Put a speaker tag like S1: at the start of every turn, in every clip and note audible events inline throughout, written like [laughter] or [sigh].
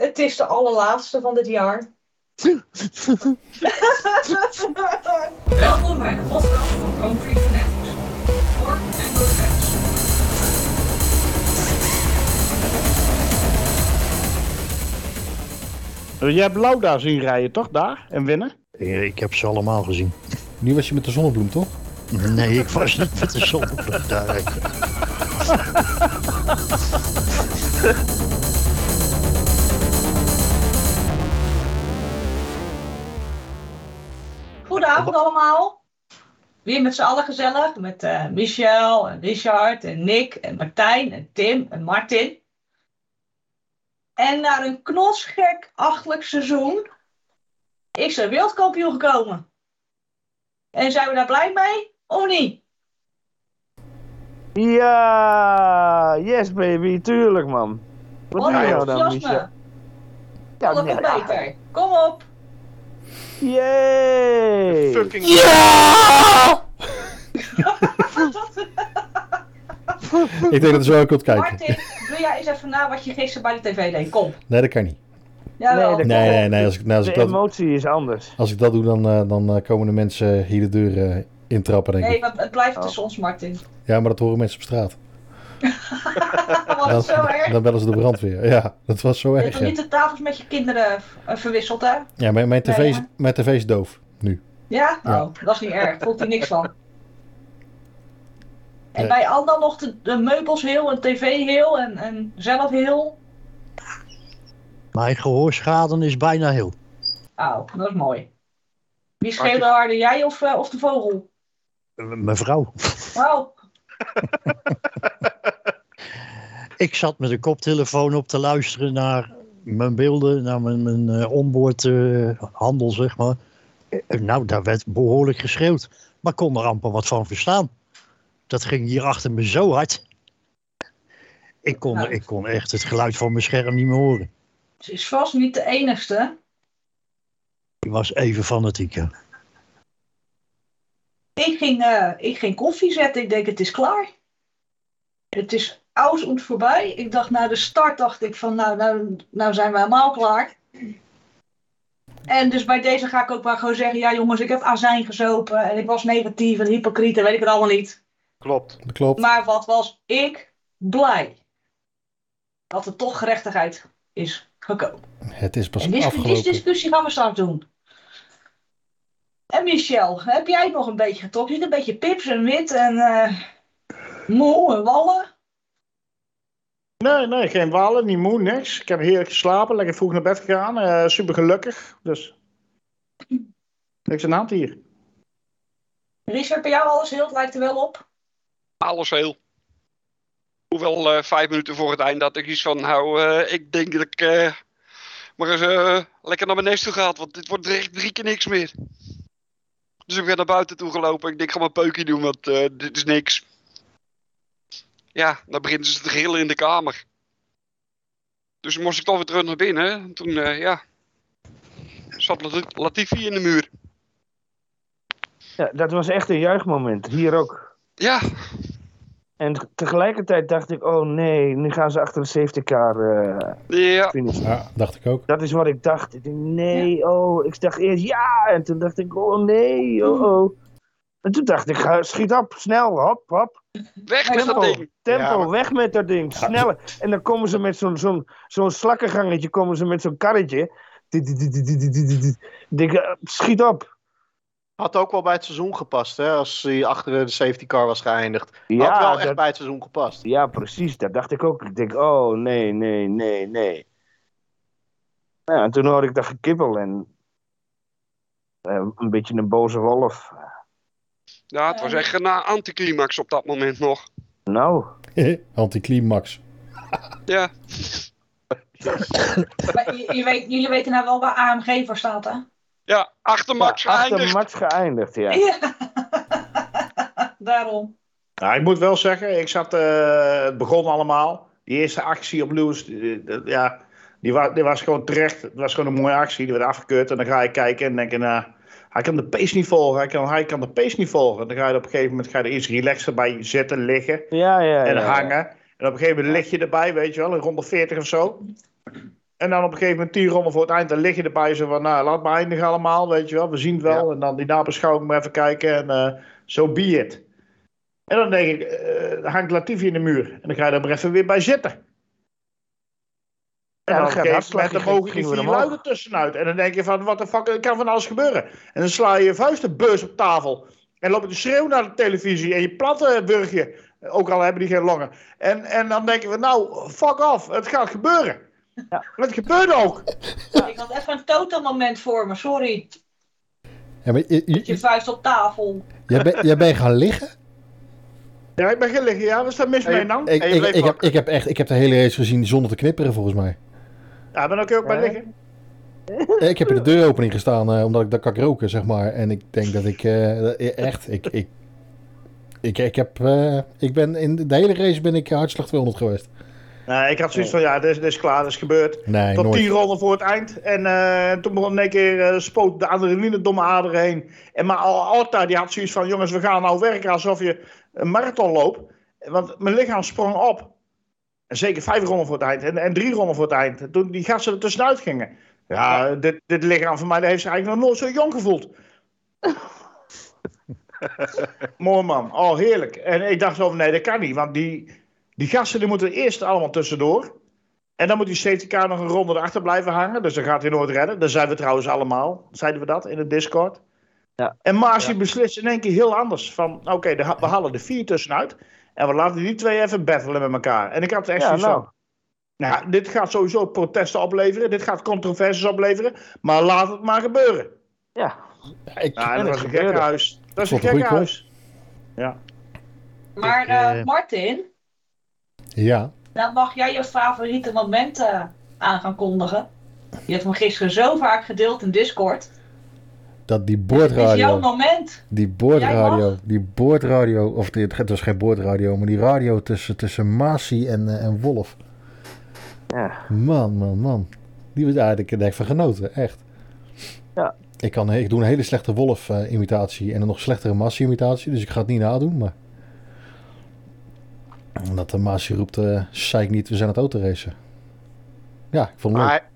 S1: Het is de allerlaatste van dit
S2: [laughs]
S1: jaar.
S2: Welkom bij de podcast van Concrete Connect. Voor en door fans.
S3: Eh, Jij hebt Lauda zien rijden, toch? Daar? En winnen?
S4: Eh, Ik heb ze allemaal gezien.
S5: Nu was je met de zonnebloem, toch?
S4: Nee, ik was niet met de zonnevlucht daar.
S1: Goedenavond allemaal.
S2: Weer met z'n allen gezellig. Met eh, Michel en Richard en Nick en Martijn en Tim en Martin. En na een knotsgek achtelijk seizoen is er wereldkampioen gekomen. En zijn we daar blij mee of niet?
S3: Ja, yes baby, tuurlijk man. Wat
S2: Wat
S3: doe je
S2: een
S3: nou dan,
S2: enthousiasme.
S3: Michel? Ja,
S2: Alle
S3: ja,
S2: keer beter. Kom op.
S3: Yay!
S6: Fucking
S5: Ik denk dat zo ook kunt kijken.
S2: Martin, doe jij eens even na wat je gisteren bij de tv deed. Kom.
S5: Nee, dat kan niet.
S2: Jawel.
S3: Nee, dat-
S5: Nee, nee, nee. Als ik, nou, als
S3: De
S5: ik, dat,
S3: emotie is anders.
S5: als ik dat doe, dan, eh, dan eh, komen de mensen hier de deur eh, intrappen, denk
S2: Nee,
S5: ik.
S2: want het blijft
S3: Oh.
S2: tussen ons, Martin. [laughs]
S5: Ja, maar dat horen mensen op straat.
S2: Wat
S5: Dan,
S2: is zo erg.
S5: dan bellen ze de brandweer. Ja, dat was zo
S2: Je hebt
S5: erg.
S2: toch
S5: Ja,
S2: niet de tafels met je kinderen eh, verwisseld, hè?
S5: ja mijn, mijn, tv
S2: Nee,
S5: is,
S2: ja.
S5: mijn tv is doof nu.
S2: Ja?
S5: Ja.
S2: Oh, dat is niet erg. Voelt hij niks van. En
S5: Nee.
S2: bij Andan nog de, de meubels heel en tv heel en, en zelf heel.
S4: Mijn gehoorschade is bijna heel.
S2: Oh, dat is mooi. Wie schreeuwde
S6: Hartje-
S2: harder, jij of, eh, of de vogel?
S4: Eh, Mevrouw,
S2: Wow.
S4: ik zat met een koptelefoon op te luisteren naar mijn beelden, naar mijn, mijn eh, onboard eh, handel, zeg maar. Eh, nou, daar werd behoorlijk geschreeuwd, maar kon er amper wat van verstaan. Dat ging hier achter me zo hard. Ik kon,
S2: Nou.
S4: ik kon echt het geluid van mijn scherm niet meer horen.
S2: Ze is vast niet de enigste.
S4: Ik was even fanatiek. ja.
S2: Ik ging, eh, ik ging koffie zetten. Ik denk, het is klaar. Het is aus en voorbij. Ik dacht, na de start dacht ik van, nou, nou, nou zijn we helemaal klaar. En dus bij deze ga ik ook maar gewoon zeggen, ja jongens, ik heb azijn gezopen. En ik was negatief en hypocriet en weet ik het allemaal niet.
S6: Klopt.
S5: Dat klopt.
S2: Maar wat was ik blij. Dat er toch gerechtigheid is gekomen.
S5: Het is pas
S2: En deze deze
S7: dus-
S5: afgelopen.
S2: discussie gaan we straks doen. En Michel, heb jij nog een beetje getokt? Een beetje pips en wit en eh, moe en wallen?
S3: Nee, nee, geen walen, niet moe, niks. Ik heb heerlijk geslapen, lekker vroeg naar bed gegaan. eh, super gelukkig, dus... Niks aan de hand hier.
S2: Richard, bij jou alles heel, het lijkt er wel op.
S6: Alles heel. Hoewel eh, vijf minuten voor het eind dat ik iets van, nou, eh, ik denk dat ik eh, maar eens eh, lekker naar mijn nest toe ga, want dit wordt echt drie keer niks meer. Dus ik ben naar buiten toe gelopen. Ik denk, ik ga mijn peukje doen, want eh, dit is niks. Ja, dan beginnen ze te gillen in de kamer. Dus toen moest ik toch weer terug naar binnen. En Toen, eh, ja, zat Lat- Latifi in de muur.
S3: Ja, dat was echt een juichmoment, hier ook.
S6: Ja,
S3: En tegelijkertijd dacht ik, oh nee, nu gaan ze achter de safety car eh
S6: ja.
S3: finishen.
S5: Ja, dacht ik
S4: [laughs]
S5: ook.
S3: Dat is wat ik dacht. Ik denk, nee, oh. Ik dacht eerst ja. En toen dacht ik, oh nee, oh oh. En toen dacht ik, eh, schiet op, snel, hop, hop.
S6: Weg met
S3: Tempo,
S6: dat ding.
S3: tempo,
S5: Ja, maar-
S3: weg met dat ding, sneller. En dan komen ze met zo'n zo'n zo'n slakkengangetje, komen ze met zo'n karretje. Dit, dit, dit, dit, dit, dit, dit, dit. Ik denk, eh, schiet op.
S7: Had ook wel bij het seizoen gepast, hè? Als hij achter de safety car was geëindigd. Had
S3: Ja,
S7: wel echt
S3: dat-
S7: bij het seizoen gepast.
S3: ja, precies, dat dacht ik ook. Ik denk, oh nee, nee, nee, nee. Nou, en toen hoorde ik dat gekibbel en eh, een beetje een boze wolf.
S6: Ja, het was echt een eh, anticlimax op dat moment nog.
S3: Nou,
S5: Anticlimax.
S6: Ja,
S2: Maar je, je weet, jullie weten nou wel waar AMG voor staat, hè?
S6: ja achter Max
S3: Ja, achter
S6: geëindigd.
S3: Max geëindigd, ja.
S2: [laughs] Daarom.
S8: Nou, ik moet wel zeggen, ik zat, eh, het begon allemaal. Die eerste actie op Lewis, eh, dat- ja, die, wa die was gewoon terecht. Het was gewoon een mooie actie, die werd afgekeurd. En dan ga je kijken en denken, nou, hij kan de pace niet volgen. Hij kan, hij kan de pace niet volgen. En dan ga je er op een gegeven moment ga je er iets relaxer bij zitten, liggen
S3: Ja, ja,
S8: en
S3: ja.
S8: hangen. En op een gegeven moment lig je erbij, weet je wel, een ronde 40 of zo. En dan op een gegeven moment tien ronden voor het eind, dan lig je erbij zo van, nou, laat maar eindigen allemaal, weet je wel. We zien het wel. En dan die nabeschouwing maar even kijken en eh zo be it. En dan denk ik, eh, dan hangt Latifi in de muur. En dan ga je er maar even weer bij zitten. En
S9: Ja,
S8: dan
S9: dan
S8: op
S9: gaat
S8: een
S9: de
S8: gegeven
S9: hartslag,
S8: moment Nou, dan
S9: ging-
S8: mogen die
S9: gingen we
S8: vier
S9: omhoog.
S8: luiden tussenuit. En dan denk je van, wat de fuck, er kan van alles gebeuren. En dan sla je je vuistenbeurs op tafel. En loop je te schreeuwen naar de televisie. En je platte burgje. eh, Ook al hebben die geen longen. En, en dan denken we, nou, fuck off. Het gaat gebeuren. En Het gebeurde ook.
S10: Ik had even een totemmoment voor me, sorry.
S4: Ja, maar je, je-
S10: Met je vuist op tafel.
S4: jij, bent- jij bent gaan liggen?
S8: Ja, ik ben gaan liggen. Ja, wat is daar mis mee dan?
S4: Ik,
S7: En je
S4: ik,
S7: bleef
S4: ik, heb,
S7: wakker.
S4: ik, heb echt, ik heb de hele race gezien zonder te knipperen, volgens mij.
S8: Ja, ben ik ook bij liggen.
S4: Eh, Ik heb in de deuropening gestaan, eh, omdat ik daar kan roken, zeg maar. En ik denk dat ik... eh, dat- echt, ik... ik ik, ik, heb, eh, ik ben in de hele race ben ik hartslag 200 geweest.
S8: Nee, ik had zoiets van, ja, dit is, dit is klaar, dit is gebeurd.
S4: Nee,
S8: Tot
S4: nooit.
S8: tien ronden voor het eind. En eh, toen begon in één keer eh, spoot de adrenaline domme aderen heen. En maar Al- Alta die had zoiets van: jongens, we gaan nou werken alsof je een marathon loopt. Want mijn lichaam sprong op. En zeker vijf ronden voor het eind. En, en drie ronden voor het eind. En Toen die gasten er tussenuit gingen. Ja, dit, dit lichaam van mij dat heeft zich eigenlijk nog nooit zo jong gevoeld. Mooi man. Oh, heerlijk. En ik dacht zo van, nee, dat kan niet. Want die, die gasten die moeten eerst allemaal tussendoor. En dan moet die safety car nog een ronde erachter blijven hangen. Dus dan gaat hij nooit redden. Dan zijn we trouwens allemaal. Zeiden we dat in het Discord.
S3: Ja.
S8: En Marcy beslist in één keer heel anders. Van oké, de ha- we halen de vier tussenuit. En we laten die twee even battelen met elkaar. En ik had echt
S3: Ja,
S8: zoiets
S3: nou.
S8: van... Nou, dit gaat sowieso protesten opleveren. Dit gaat controversies opleveren. Maar laat het maar gebeuren.
S3: Ja.
S4: Ja, ik,
S8: Nou,
S3: En
S8: dat
S3: het
S8: was een
S3: gebeurde.
S8: gekke huis. Dat is een
S4: vond het een goede
S8: gekke huis. Ja.
S10: Maar
S11: Ik, eh,
S10: eh, Martin,
S4: ja.
S2: nou
S10: dan mag jij je favoriete
S2: eh,
S10: momenten aan gaan kondigen. Je hebt hem gisteren zo vaak gedeeld in Discord.
S4: Dat die
S10: Dit is jouw
S4: boordradio.
S10: moment.
S4: Die
S10: Jij
S4: boordradio. Die boordradio. Of die, het was geen boordradio, maar die radio tussen, tussen Masi en, eh, en Wolf.
S3: Ja.
S4: Man, man, man. Die was daar ik heb van genoten, echt.
S3: Ja.
S4: Ik, kan, ik doe een hele slechte Wolf-imitatie en een nog slechtere Masi-imitatie, dus ik ga het niet nadoen, maar. Omdat de Masi roept, eh zei ik niet, we zijn aan het autoracen. Ja, ik vond het
S7: Maar
S4: leuk.
S7: hij,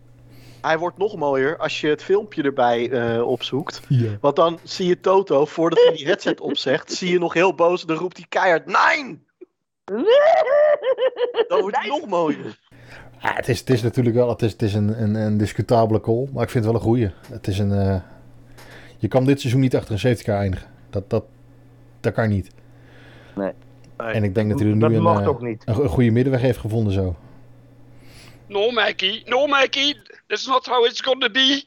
S7: hij wordt nog mooier als je het filmpje erbij eh, opzoekt.
S4: Ja.
S7: Want dan zie je Toto, voordat hij die headset opzegt, zie je nog heel boos. Dan roept hij keihard, nein! Dan
S11: [laughs]
S7: wordt hij nog mooier.
S4: Ja, het, is, het is natuurlijk wel het is, het is een, een, een discutabele call, maar ik vind het wel een goeie. Het is een, eh, je kan dit seizoen niet achter een 70 eindigen. Dat, dat, dat kan niet.
S3: Nee.
S7: Nee.
S4: En ik denk dat hij er nu
S3: Dat
S4: een,
S3: mocht
S4: eh,
S3: ook niet.
S4: een, go- een goede middenweg heeft gevonden zo.
S6: No, Mikey. No, Mikey. That's not how it's gonna be.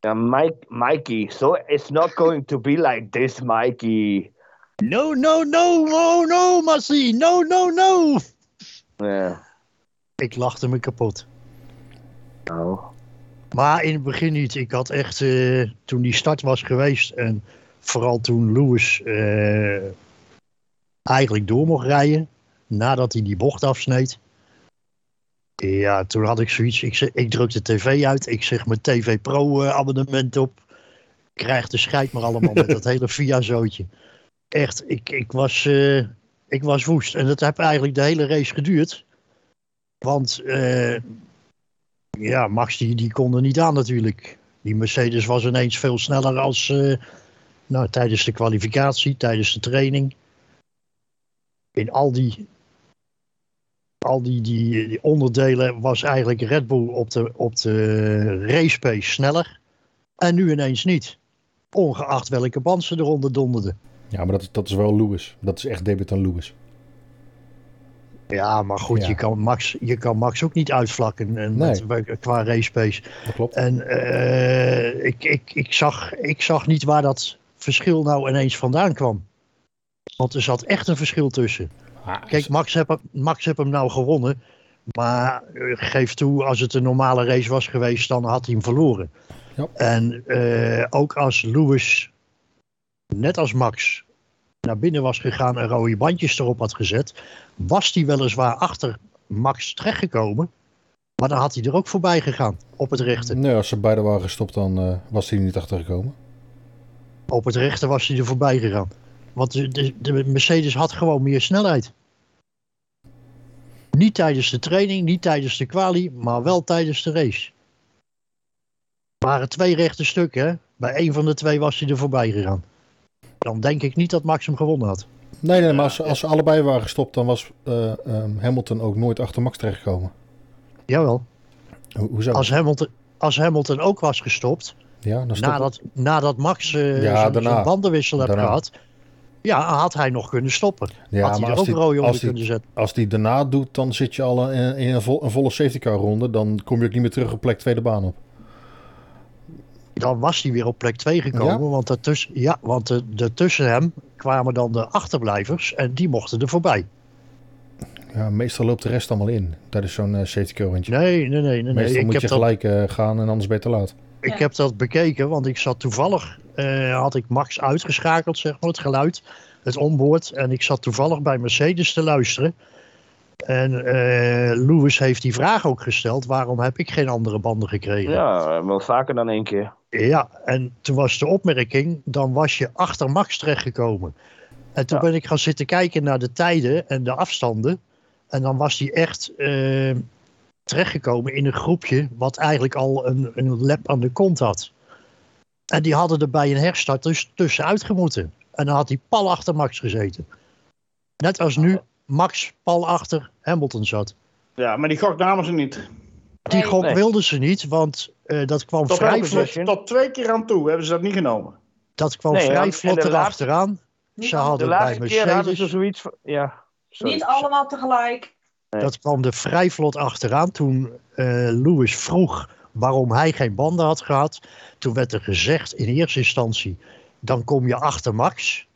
S3: Ja, Mike, Mikey, so it's not going to be like this, Mikey.
S11: No, no, no, no, no, Massie. No, no, no.
S3: Ja.
S11: Ik lachte me kapot.
S3: Nou.
S11: Maar in het begin niet. Ik had echt, eh, toen die start was geweest en vooral toen Lewis eh, eigenlijk door mocht rijden, nadat hij die bocht afsneed. Ja, toen had ik zoiets. Ik, ze- ik druk de tv uit. Ik zeg mijn TV Pro eh, abonnement op. Krijg de scheid maar allemaal
S3: [laughs]
S11: met dat hele Via-zootje. Echt, ik, ik, was, eh, ik was woest. En dat heb eigenlijk de hele race geduurd. Want eh, ja, Max die, die kon er niet aan natuurlijk. Die Mercedes was ineens veel sneller als eh, nou, tijdens de kwalificatie, tijdens de training. In al die, al die, die, die onderdelen was eigenlijk Red Bull op de, op de racepace sneller. En nu ineens niet. Ongeacht welke band ze eronder donderden.
S4: Ja, maar dat, is- dat is wel Lewis. Dat is echt debut aan Lewis.
S11: Ja, maar goed,
S4: Ja.
S11: Je, kan Max, je kan Max ook niet uitvlakken en
S4: Nee.
S11: met- qua racepace.
S4: Dat klopt.
S11: En eh, ik, ik, ik, zag, ik zag niet waar dat verschil nou ineens vandaan kwam. Want er zat echt een verschil tussen.
S4: Ah,
S11: Kijk, Max heb, hem- Max heb hem nou gewonnen. Maar eh, geef toe, als het een normale race was geweest, dan had hij hem verloren.
S4: Ja.
S11: En eh, ook als Lewis, net als Max, naar binnen was gegaan en rode bandjes erop had gezet, was hij weliswaar achter Max terechtgekomen. Maar dan had hij er ook voorbij gegaan op het rechte.
S4: Nee, als ze beide waren gestopt, dan eh, was hij er niet achter gekomen.
S11: Op het rechte was hij er voorbij gegaan. Want de, de, de Mercedes had gewoon meer snelheid. Niet tijdens de training, niet tijdens de kwalie, maar wel tijdens de race. Het waren twee rechte stukken. hè. Bij één van de twee was hij er voorbij gegaan. Dan denk ik niet dat Max hem gewonnen had.
S4: Nee, nee, maar als, als ze allebei waren gestopt, dan was eh, ehm, Hamilton ook nooit achter Max terechtgekomen.
S11: Jawel.
S4: Ho- hoezo?
S11: Als Hamilton, als Hamilton ook was gestopt,
S4: ja, dan stopt...
S11: nadat, nadat Max eh
S4: Ja,
S11: zijn,
S4: daarna.
S11: zijn bandenwissel heeft
S4: Daarna.
S11: gehad, ja, had hij nog kunnen stoppen.
S4: ja,
S11: had hij
S4: maar
S11: er
S4: als
S11: ook
S4: die-
S11: rooi onder
S4: als die-
S11: kunnen zetten.
S4: Als die daarna doet, dan zit je al in, in een, vol- een volle safety car ronde. Dan kom je ook niet meer terug op plek tweede baan op.
S11: Dan was hij weer op plek 2 gekomen, want, daartussen, ja, want eh, de, tussen hem kwamen dan de achterblijvers en die mochten er voorbij.
S4: Ja, meestal loopt de rest allemaal in. Dat is zo'n eh, safety car rondje.
S11: Nee, nee, nee. nee, nee.
S4: meestal
S11: Ik,
S4: moet
S11: heb
S4: je
S11: dat,
S4: gelijk eh, gaan en anders ben je te laat.
S11: ik heb dat bekeken, want ik zat toevallig, eh, had ik Max uitgeschakeld, zeg maar, het geluid, het onboard. En ik zat toevallig bij Mercedes te luisteren. En eh Lewis heeft die vraag ook gesteld, waarom heb ik geen andere banden gekregen?
S3: Ja, wel vaker dan één keer.
S11: Ja, en toen was de opmerking, dan was je achter Max terechtgekomen. En toen
S3: Ja.
S11: ben ik gaan zitten kijken naar de tijden en de afstanden. En dan was hij echt eh, terechtgekomen in een groepje wat eigenlijk al een, een lap aan de kont had. En die hadden er bij een herstart dus tussenuit gemoeten. En dan had hij pal achter Max gezeten. Net als nu Max pal achter Hamilton zat.
S8: Ja, maar die gok namen ze niet.
S11: Die gok
S3: Nee.
S11: wilden ze niet, want eh, dat kwam
S8: Tot,
S11: vrij
S8: elke
S11: vlot,
S8: zes- tot twee keer aan toe hebben ze dat niet genomen.
S11: dat kwam
S3: Nee,
S11: vrij
S3: want- en
S11: vlot
S3: de laatste-
S11: erachteraan.
S10: Niet,
S11: Ze
S10: al-
S3: De
S11: hadden bij
S3: laatste keer hadden ze
S11: Mercedes,
S3: zoiets van... Ja, sorry.
S10: niet allemaal tegelijk.
S11: dat kwam er vrij vlot achteraan. Toen eh, Lewis vroeg waarom hij geen banden had gehad, toen werd er gezegd in eerste instantie, dan kom je achter Max,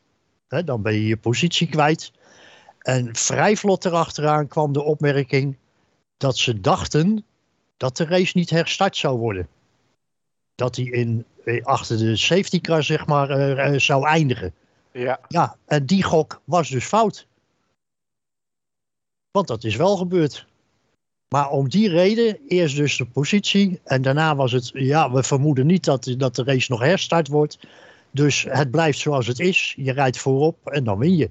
S11: hè, dan ben je je positie kwijt. En vrij vlot erachteraan kwam de opmerking dat ze dachten dat de race niet herstart zou worden. Dat hij in, eh, achter de safety car zeg maar, eh, eh, zou eindigen.
S7: Ja.
S11: Ja, en die gok was dus fout. Want dat is wel gebeurd. Maar om die reden, eerst dus de positie. En daarna was het, ja, we vermoeden niet dat, dat de race nog herstart wordt. Dus het blijft zoals het is. Je rijdt voorop en dan win
S7: Ja,
S11: je.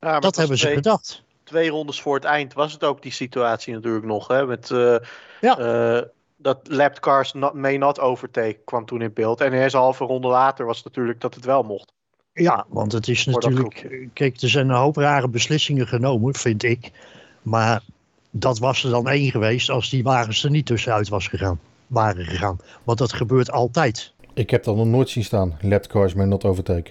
S7: maar het
S11: dat
S7: was
S11: hebben ze
S7: twee-
S11: gedacht.
S7: Twee rondes voor het eind was het ook die situatie natuurlijk nog. Hè, met eh,
S11: Ja.
S7: eh, dat lapped cars not, may not overtake kwam toen in beeld. En eerst een halve ronde later was het natuurlijk dat het wel mocht.
S11: Ja, want het is
S7: dat
S11: natuurlijk. eh, Kijk, er zijn een hoop rare beslissingen genomen, vind ik. Maar dat was er dan één geweest als die wagens er niet tussenuit was gegaan, waren gegaan. Want dat gebeurt altijd.
S4: Ik heb dat nog nooit zien staan. Lapped cars met not overtake.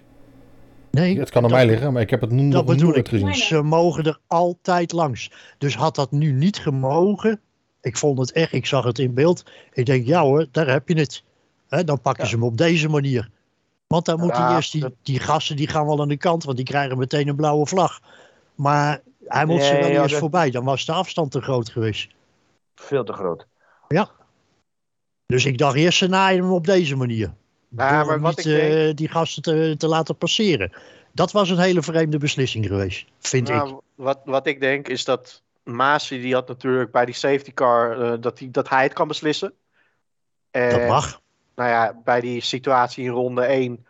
S11: Nee,
S4: Het kan aan
S11: dat-
S4: mij liggen, maar ik heb het nog
S11: dat bedoel
S4: nooit
S11: ik.
S4: gezien.
S11: Ze mogen er altijd langs. Dus had dat nu niet gemogen. Ik vond het echt, ik zag het in beeld. Ik denk, ja hoor, daar heb je het. Hè, dan pakken ze hem op deze manier. Want dan moeten
S7: Ja,
S11: eerst die,
S7: dat-
S11: die gasten die gaan wel aan de kant, want die krijgen meteen een blauwe vlag. Maar hij moet ze
S3: Nee,
S11: wel
S3: ja,
S11: eerst
S3: dat-
S11: voorbij. Dan was de afstand te groot geweest.
S3: Veel te groot.
S11: Dus ik dacht eerst, ze naaien hem op deze manier.
S7: Nou,
S11: Door
S7: maar
S11: hem
S7: wat
S11: niet
S7: ik denk-
S11: eh, die gasten te, te laten passeren. Dat was een hele vreemde beslissing geweest, vind ik.
S7: Nou, wat, wat ik denk is dat Masi die had natuurlijk bij die safety car eh, dat, die, dat hij het kan beslissen. En,
S11: Dat mag.
S7: Nou ja, bij die situatie in ronde 1,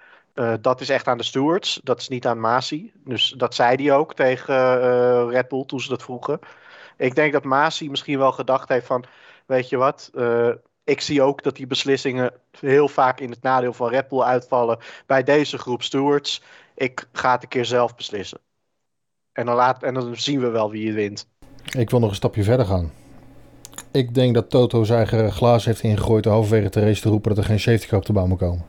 S7: dat is echt aan de stewards. Dat is niet aan Masi. Dus dat zei hij ook tegen eh, Red Bull toen ze dat vroegen. Ik denk dat Masi misschien wel gedacht heeft van, weet je wat, eh, ik zie ook dat die beslissingen heel vaak in het nadeel van Red Bull uitvallen bij deze groep stewards. Ik ga het een keer zelf beslissen. En dan, laat, en dan zien we wel wie het wint.
S4: Ik wil nog een stapje verder gaan. Ik denk dat Toto zijn eigen glaas heeft ingegooid door halverwege de race te roepen dat er geen safety car op de baan moet komen.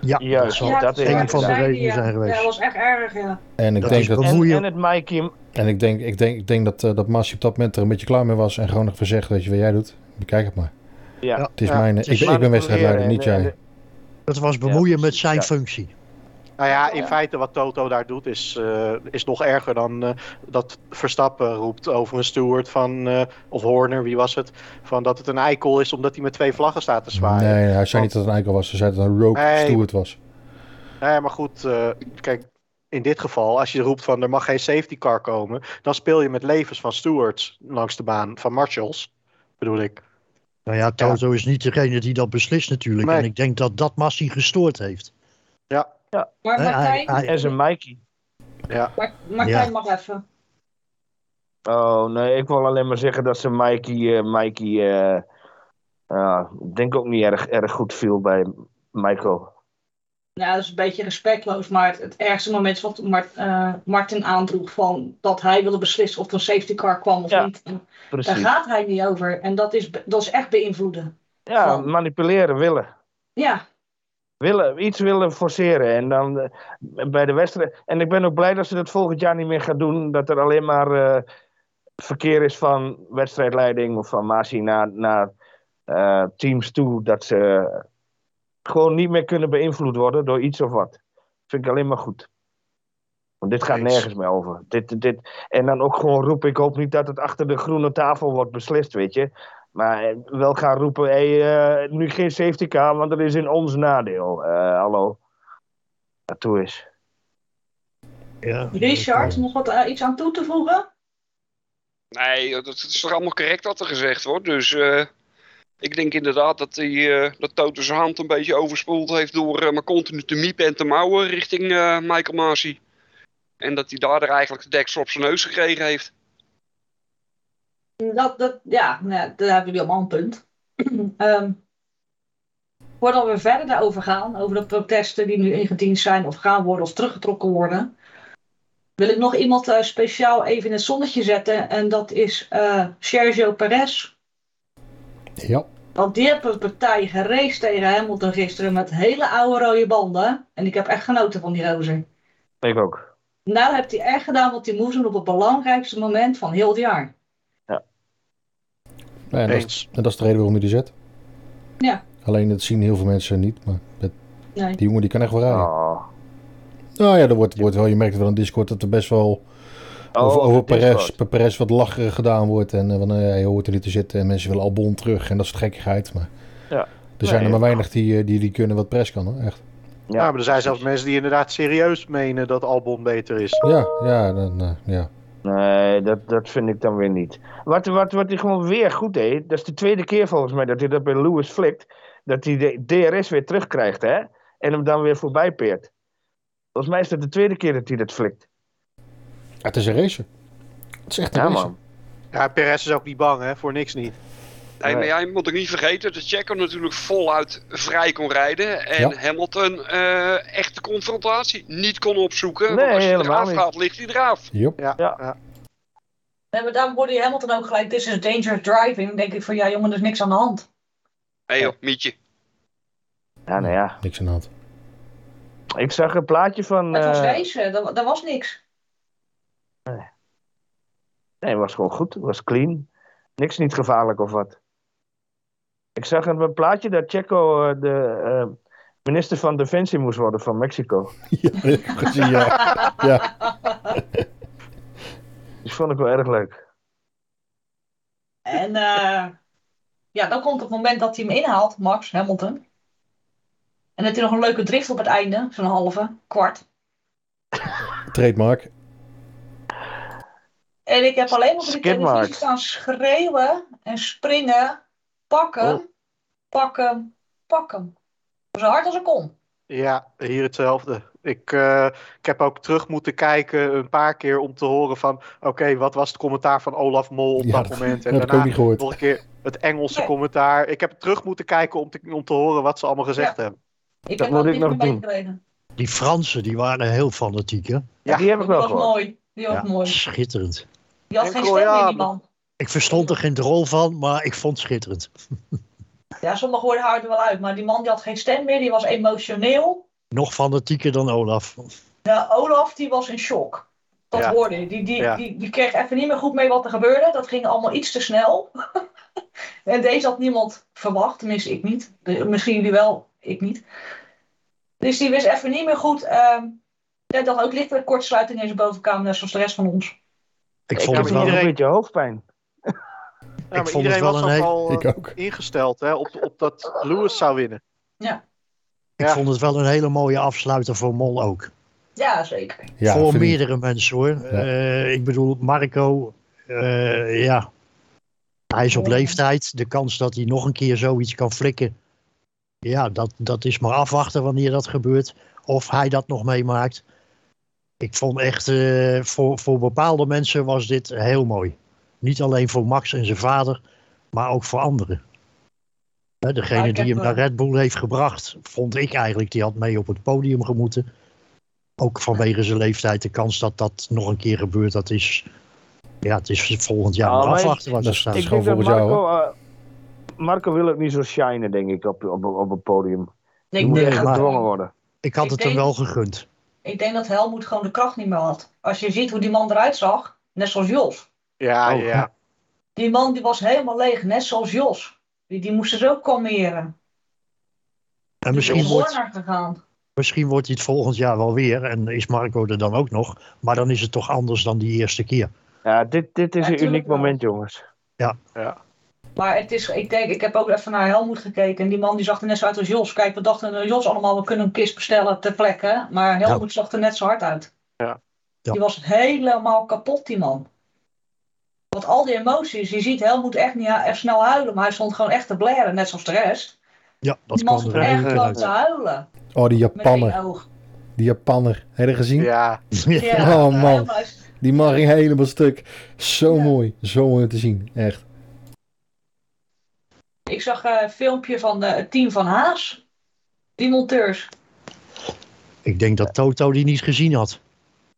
S11: Ja,
S3: Juist,
S11: dat zal-
S3: Ja, dat is
S11: een
S3: waar.
S11: van de
S3: Zijn
S11: redenen zijn geweest.
S10: Ja, dat was echt erg, ja.
S4: En ik
S11: Dat
S4: denk
S11: is
S4: dat,
S11: wel-
S3: En,
S11: Moeie-
S3: en het Mikey...
S4: en ik denk, ik denk, ik denk dat, eh, dat Masi op dat moment er een beetje klaar mee was en gewoon nog verzegd, weet je wat jij doet? Bekijk het maar.
S3: Ja.
S4: Het is
S7: Ja,
S4: mijn,
S11: het is
S4: ik, ben- ik ben wedstrijdleider, niet
S3: En- eh, en-
S4: jij.
S11: Dat was bemoeien met
S3: precies,
S11: zijn
S3: ja.
S11: functie.
S7: Nou ja, in
S2: Ja.
S7: feite wat Toto daar doet is, eh, is nog erger dan eh, dat Verstappen roept over een steward van, eh, of Horner, wie was het, van dat het een eikel is omdat hij met twee vlaggen staat te zwaaien.
S4: Nee, hij zei
S7: Want-
S4: niet dat het een eikel was. Ze zei dat het een rogue
S7: Nee.
S4: steward was.
S7: Nee, maar goed, eh, kijk, in dit geval, als je roept van er mag geen safety car komen, dan speel je met levens van stewards langs de baan, van marshals, bedoel ik.
S11: Nou ja, Toto is niet degene die dat beslist natuurlijk.
S7: Nee.
S11: En ik denk dat dat Massi gestoord heeft.
S10: Maar
S11: Hè, hij-
S10: Martijn,
S11: hij-
S3: En zijn Mikey.
S10: Mart- Martijn
S11: Ja.
S10: mag even.
S3: Oh, nee, ik wil alleen maar zeggen dat ze Mikey, eh, Mikey eh, ja, ik denk ook niet erg, erg goed viel bij Michael.
S2: Nou, dat is een beetje respectloos, maar het, het ergste moment is wat Mar- eh, Martin aandroeg van dat hij wilde beslissen of er een safety car kwam of
S3: Ja,
S2: niet. En daar
S3: Precies.
S2: gaat hij niet over en dat is, be- dat is echt beïnvloeden.
S3: Ja,
S2: van-
S3: manipuleren, willen.
S2: Ja,
S3: willen. Iets willen forceren. En dan eh, bij de wedstrijd. En ik ben ook blij dat ze dat volgend jaar niet meer gaan doen. Dat er alleen maar eh, verkeer is van wedstrijdleiding of van Masi naar, naar eh, teams toe. Dat ze gewoon niet meer kunnen beïnvloed worden door iets of wat. Vind ik alleen maar goed. Want dit gaat
S7: Eens.
S3: nergens meer over. Dit, dit, en dan ook gewoon roepen: ik hoop niet dat het achter de groene tafel wordt beslist, weet je. Maar eh, wel gaan roepen: hey, eh, nu geen safety car, want dat is in ons nadeel. Eh, hallo. Naartoe is.
S11: Ja,
S2: Richard, nog wat, eh, iets aan toe te voegen?
S6: Nee, joh, dat is toch allemaal correct wat er gezegd wordt. Dus eh, ik denk inderdaad dat, die, eh, dat Toto zijn hand een beetje overspoeld heeft door eh, maar continu te miepen en te mouwen richting eh, Michael Masi. En dat hij daardoor eigenlijk de deksel op zijn neus gekregen heeft.
S2: Dat, dat, ja, nou, ja, daar hebben jullie allemaal een punt. [clears throat] Ehm, voordat we verder daarover gaan, over de protesten die nu ingediend zijn of gaan worden of teruggetrokken worden, wil ik nog iemand eh, speciaal even in het zonnetje zetten en dat is eh, Sergio Perez.
S4: Ja.
S2: Want die hebben een partij geraced tegen Hamilton gisteren met hele oude rode banden. En ik heb echt genoten van die rozer.
S3: Ik ook.
S2: Nou heeft hij echt gedaan wat hij moest doen op het belangrijkste moment van heel het jaar.
S4: En dat, is,
S7: Eens.
S4: en dat is de reden waarom hij die zet.
S2: Ja.
S4: Alleen dat zien heel veel mensen niet. Maar dat-
S2: Nee.
S4: die jongen die kan echt wel rijden.
S3: Oh.
S4: Nou ja, er wordt, wordt wel, je merkt wel in Discord dat er best wel over,
S3: Oh,
S4: over
S3: dit is
S4: Perez,
S3: wat.
S4: Perez wat lacherig gedaan wordt. En eh, van, eh, hij hoort er niet te zitten en mensen willen Albon terug. En dat is gekkigheid. Maar
S3: Ja.
S4: er zijn
S3: Nee,
S4: er maar
S3: ja.
S4: weinig die, eh, die, die kunnen wat Perez kan hoor. Echt.
S3: Ja,
S7: Ja, Nou, maar er zijn zelfs mensen die inderdaad serieus menen dat Albon beter is.
S4: Ja, ja, dan, eh, ja.
S3: Nee, dat, dat vind ik dan weer niet. Wat, wat, wat hij gewoon weer goed deed, dat is de tweede keer volgens mij dat hij dat bij Lewis flikt. Dat hij de DRS weer terugkrijgt, hè? En hem dan weer voorbij peert. Volgens mij is dat de tweede keer dat hij dat flikt.
S4: Het is een racer. Het is echt een
S3: Ja,
S4: racer.
S3: man.
S7: Ja, Perez is ook niet bang, hè? Voor niks niet.
S6: Nee, maar
S3: Nee.
S6: jij moet ook niet vergeten dat Checo natuurlijk voluit vrij kon rijden. En
S4: Ja.
S6: Hamilton eh echt de confrontatie niet kon opzoeken.
S3: Nee,
S6: want als je
S3: helemaal
S6: eraf
S3: niet.
S6: gaat, ligt hij eraf.
S4: Yep.
S7: Ja,
S3: Ja.
S7: ja.
S12: Nee, maar daarom hoorde je Hamilton ook gelijk, this is dangerous driving. Dan denk ik van, ja jongen, er is niks aan de hand.
S6: Nee joh, Mietje.
S3: Ja, nou ja.
S4: Niks aan de hand. [laughs]
S3: Ik zag een plaatje van...
S2: Het was
S3: eh,
S2: racen, dat, dat was niks.
S3: Nee, het was gewoon goed. Het was clean. Niks niet gevaarlijk of wat. Ik zag een een plaatje dat Checo eh, de eh, minister van Defensie moest worden van Mexico.
S4: Ja, ik heb gezien, ja. ja.
S3: Dus vond ik wel erg leuk.
S2: En eh, ja, dan komt het moment dat hij hem inhaalt, Max Hamilton. En heeft hij nog een leuke drift op het einde, zo'n halve, kwart.
S4: Trademark.
S2: En ik heb alleen maar op de
S3: Skidmark.
S2: televisie staan schreeuwen en springen. Pak hem,
S3: Oh.
S2: pak hem, pak hem. Zo hard als ik kon.
S7: hier hetzelfde. Ik, eh, ik heb ook terug moeten kijken een paar keer om te horen van... Oké, wat was het commentaar van Olaf Mol op
S4: Ja,
S7: dat
S4: dat-
S7: moment?
S4: Dat
S7: En
S4: heb ik ook
S7: daarna
S4: niet gehoord.
S7: nog een keer het Engelse
S2: Nee.
S7: commentaar. Ik heb terug moeten kijken om te, om te horen wat ze allemaal gezegd hebben.
S2: Ik heb
S3: Dat
S2: dat
S3: moet ik
S2: niet
S3: nog
S2: meer
S3: doen.
S2: meegekregen.
S11: die Fransen die waren heel fanatiek, hè?
S7: Ja,
S3: die heb
S2: Die
S3: ik wel
S2: was
S3: gehoord.
S2: mooi. Die was
S11: Ja,
S2: mooi.
S11: schitterend.
S2: Die had
S7: En
S2: geen
S7: Kool,
S2: stem meer,
S7: ja,
S2: die
S7: maar-
S2: man.
S11: Ik verstond er geen drol van, maar ik vond het schitterend.
S2: Ja, sommigen hoorden haar er wel uit. Maar die man die had geen stem meer. Die was emotioneel.
S11: Nog fanatieker dan Olaf.
S2: Ja, Olaf die was in shock. Dat
S7: Ja.
S2: hoorde je. Die, die,
S7: Ja.
S2: die, die kreeg even niet meer goed mee wat er gebeurde. Dat ging allemaal iets te snel. [laughs] en deze had niemand verwacht. Tenminste, ik niet. De- Misschien jullie wel, ik niet. Dus die wist even niet meer goed. ehm ja, dat ook lichte kortsluiting in zijn bovenkamer, net zoals de rest van ons.
S11: Ik
S3: Ik
S11: vond
S3: heb
S11: het
S3: wel
S11: wel,
S3: een
S7: iedereen-
S3: beetje hoofdpijn.
S7: Ja, maar
S11: vond het
S7: iedereen
S11: wel
S7: was
S11: een
S7: ook
S11: hele-
S7: al
S4: Ik
S7: eh,
S4: ook.
S7: ingesteld hè, op, op dat Lewis zou winnen.
S11: ik
S7: ja.
S11: vond het wel een hele mooie afsluiter voor Mol ook.
S2: Ja, zeker.
S4: Ja,
S11: voor
S4: vind ik-
S11: meerdere mensen hoor. Eh, ik bedoel, Marco, eh, ja. Hij is op
S2: Ja.
S11: leeftijd. De kans dat hij nog een keer zoiets kan flikken. Ja, dat, dat is maar afwachten wanneer dat gebeurt. Of hij dat nog meemaakt. Ik vond echt, eh, voor, voor bepaalde mensen was dit heel mooi. Niet alleen voor Max en zijn vader, maar ook voor anderen. Hè,
S10: Ja,
S11: degene
S10: ik
S11: die
S10: heb,
S11: hem naar
S10: eh,
S11: Red Bull heeft gebracht, vond ik eigenlijk, die had mee op het podium gemoeten. Ook vanwege zijn leeftijd, de kans dat dat nog een keer gebeurt, dat is, ja, het is volgend jaar
S3: Ja,
S11: maar
S3: maar ik-
S11: afwachten wat
S4: dat
S11: er
S4: is-
S11: staat.
S4: dat
S3: Ik
S4: is gewoon
S3: denk dat
S4: volgens jou. hoor.
S3: Marco, eh, Marco wil ook niet zo shinen, denk ik, op, op, op het podium. Die
S2: Ik
S3: moet
S2: denk,
S3: echt
S11: Nee, maar-
S3: gedwongen worden.
S11: Ik had
S2: ik
S11: het
S2: denk-
S11: hem wel gegund.
S2: ik denk dat Helmoet gewoon de kracht niet meer had. Als je ziet hoe die man eruit zag, net zoals Jos.
S7: Ah, Ja,
S11: Oh,
S7: ja.
S2: Die man die was helemaal leeg, net zoals Jos. Die, die moesten ze ook kalmeren.
S11: En
S2: Die
S11: misschien
S2: is
S11: wordt,
S2: Horner gegaan.
S11: Misschien wordt hij het volgend jaar wel weer en is Marco er dan ook nog. Maar dan is het toch anders dan die eerste keer.
S3: Ja, dit, dit
S2: Ja,
S3: is een uniek
S2: tuurlijk wel.
S3: moment, jongens.
S2: Maar het is, ik denk, ik heb ook even naar Helmoet gekeken. En die man die zag er net zo uit als Jos. Kijk, we dachten, eh, Jos allemaal, we kunnen een kist bestellen ter plekke. Maar Helmoet zag er net zo hard uit.
S7: Ja.
S11: Ja.
S2: Die was helemaal kapot, die man. Want al die emoties, je ziet Helmoet echt niet hu- echt snel huilen. Maar hij stond gewoon echt te blaren, net zoals de rest.
S11: Ja, dat
S2: die man
S11: kan
S2: stond
S11: er
S2: echt
S11: eigenlijk
S2: gewoon
S11: uit. [laughs]
S2: te huilen.
S4: Oh, die
S2: Met één
S4: Japanner.
S2: oog.
S4: Die Japanner. Heb je dat gezien?
S7: ja.
S11: Ja.
S4: Oh,
S2: eh,
S4: man.
S2: maar is-
S4: Die man ging helemaal stuk. Zo
S2: Ja.
S4: mooi. Zo mooi om te zien. Echt.
S2: Ik zag eh, een filmpje van eh, het team van Haas. Die monteurs.
S11: Ik denk dat Toto die niet gezien had.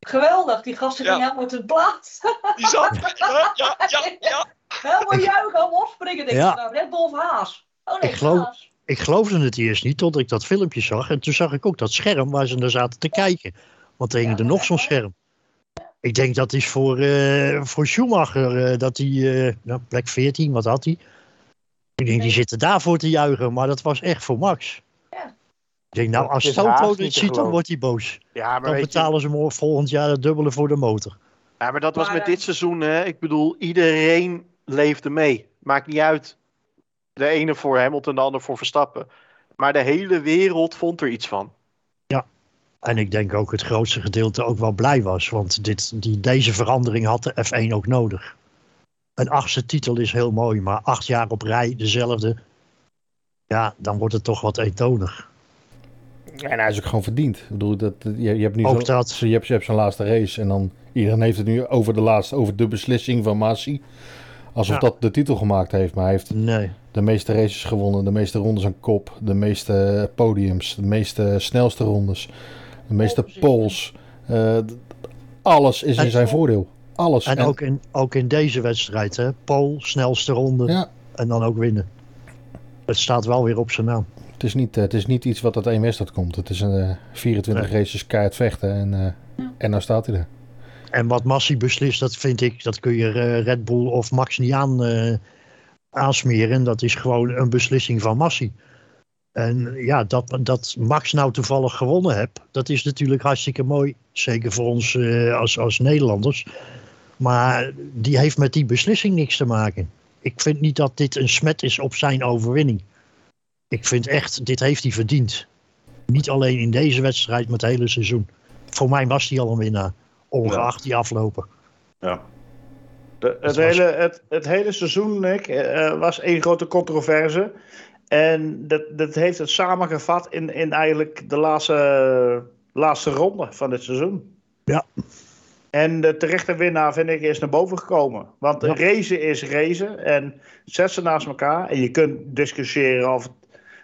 S2: Geweldig, die gasten
S6: Ja.
S2: gingen helemaal uit hun plaats.
S6: Die zat. Ja, ja, ja, ja.
S2: [laughs] Helemaal juichen, helemaal opspringen. Denk
S11: Ja.
S2: ik, nou, Red Bull of Haas? Oh nee,
S11: Ik geloof-
S2: Haas.
S11: Ik geloofde het eerst niet tot ik dat filmpje zag. En toen zag ik ook dat scherm waar ze naar zaten te kijken. Want er hing
S2: Ja,
S11: er nog zo'n
S2: maar-
S11: scherm. Ik denk dat is voor, eh, voor Schumacher. eh, dat hij, eh, nou, plek 14, wat had hij? Ik denk, die zitten daarvoor te juichen. Maar dat was echt voor Max.
S2: Ja.
S11: Ik denk, nou,
S3: Dat
S11: als
S3: is haast
S11: Toto
S3: niet
S11: dit
S3: te
S11: ziet, dan
S3: geloven.
S11: wordt hij boos.
S7: ja, maar
S11: Dan
S7: weet je,
S11: betalen ze mo- volgend jaar het dubbele voor de motor.
S7: Ja, maar dat was
S2: Maar,
S7: met
S2: eh,
S7: dit seizoen, hè. Ik bedoel, iedereen leefde mee. Maakt niet uit. De ene voor Hamilton, de ander voor Verstappen. Maar de hele wereld vond er iets van.
S11: En ik denk ook het grootste gedeelte ook wel blij was. Want dit, die, deze verandering had de F1 ook nodig. Een achtste titel is heel mooi, maar acht jaar op rij dezelfde. Ja, dan wordt het toch wat eentonig.
S4: En hij is ook gewoon verdiend. Ik bedoel, dat, je, je hebt nu
S11: Ook
S4: zo'n-
S11: dat.
S4: zo- je hebt, je hebt zo'n laatste race. En dan iedereen heeft het nu over de laatste, over de beslissing van Masi. Alsof
S11: Ja.
S4: dat de titel gemaakt heeft. Maar hij heeft
S11: Nee.
S4: de meeste races gewonnen, de meeste rondes aan kop, de meeste eh, podiums, de meeste snelste rondes, de meeste
S2: Pole position.
S4: poles. Eh, d- alles is in
S11: En-
S4: zijn voordeel. Alles.
S11: En ook in, ook in deze wedstrijd, hè. Paul, snelste ronde
S4: Ja.
S11: en dan ook winnen. Het staat wel weer op zijn naam.
S4: Het is niet, eh, het is niet iets wat uit één wedstrijd komt. Het is een eh, 24 races keihard vechten en, eh, en nou staat hij er.
S11: En wat Massi beslist, dat vind ik, dat kun je eh, Red Bull of Max niet aan, eh, aansmeren. Dat is gewoon een beslissing van Massi. En ja, dat, dat Max nou toevallig gewonnen hebt, dat is natuurlijk hartstikke mooi. Zeker voor ons eh, als, als Nederlanders. Maar die heeft met die beslissing niks te maken. Ik vind niet dat dit een smet is op zijn overwinning. Ik vind echt, dit heeft hij verdiend. Niet alleen in deze wedstrijd, maar het hele seizoen. Voor mij was hij al een winnaar ongeacht die aflopen.
S8: Ja. De- het,
S11: was-
S8: hele, het, het hele seizoen, Nick, eh, eh, was één grote controverse. En dat, dat heeft het samengevat in, in eigenlijk de laatste, laatste ronde van dit seizoen.
S11: Ja.
S8: En de terechte winnaar, vind ik, is naar boven gekomen. Want
S11: Ja.
S8: racen is racen. En zet ze naast elkaar. En je kunt discussiëren of...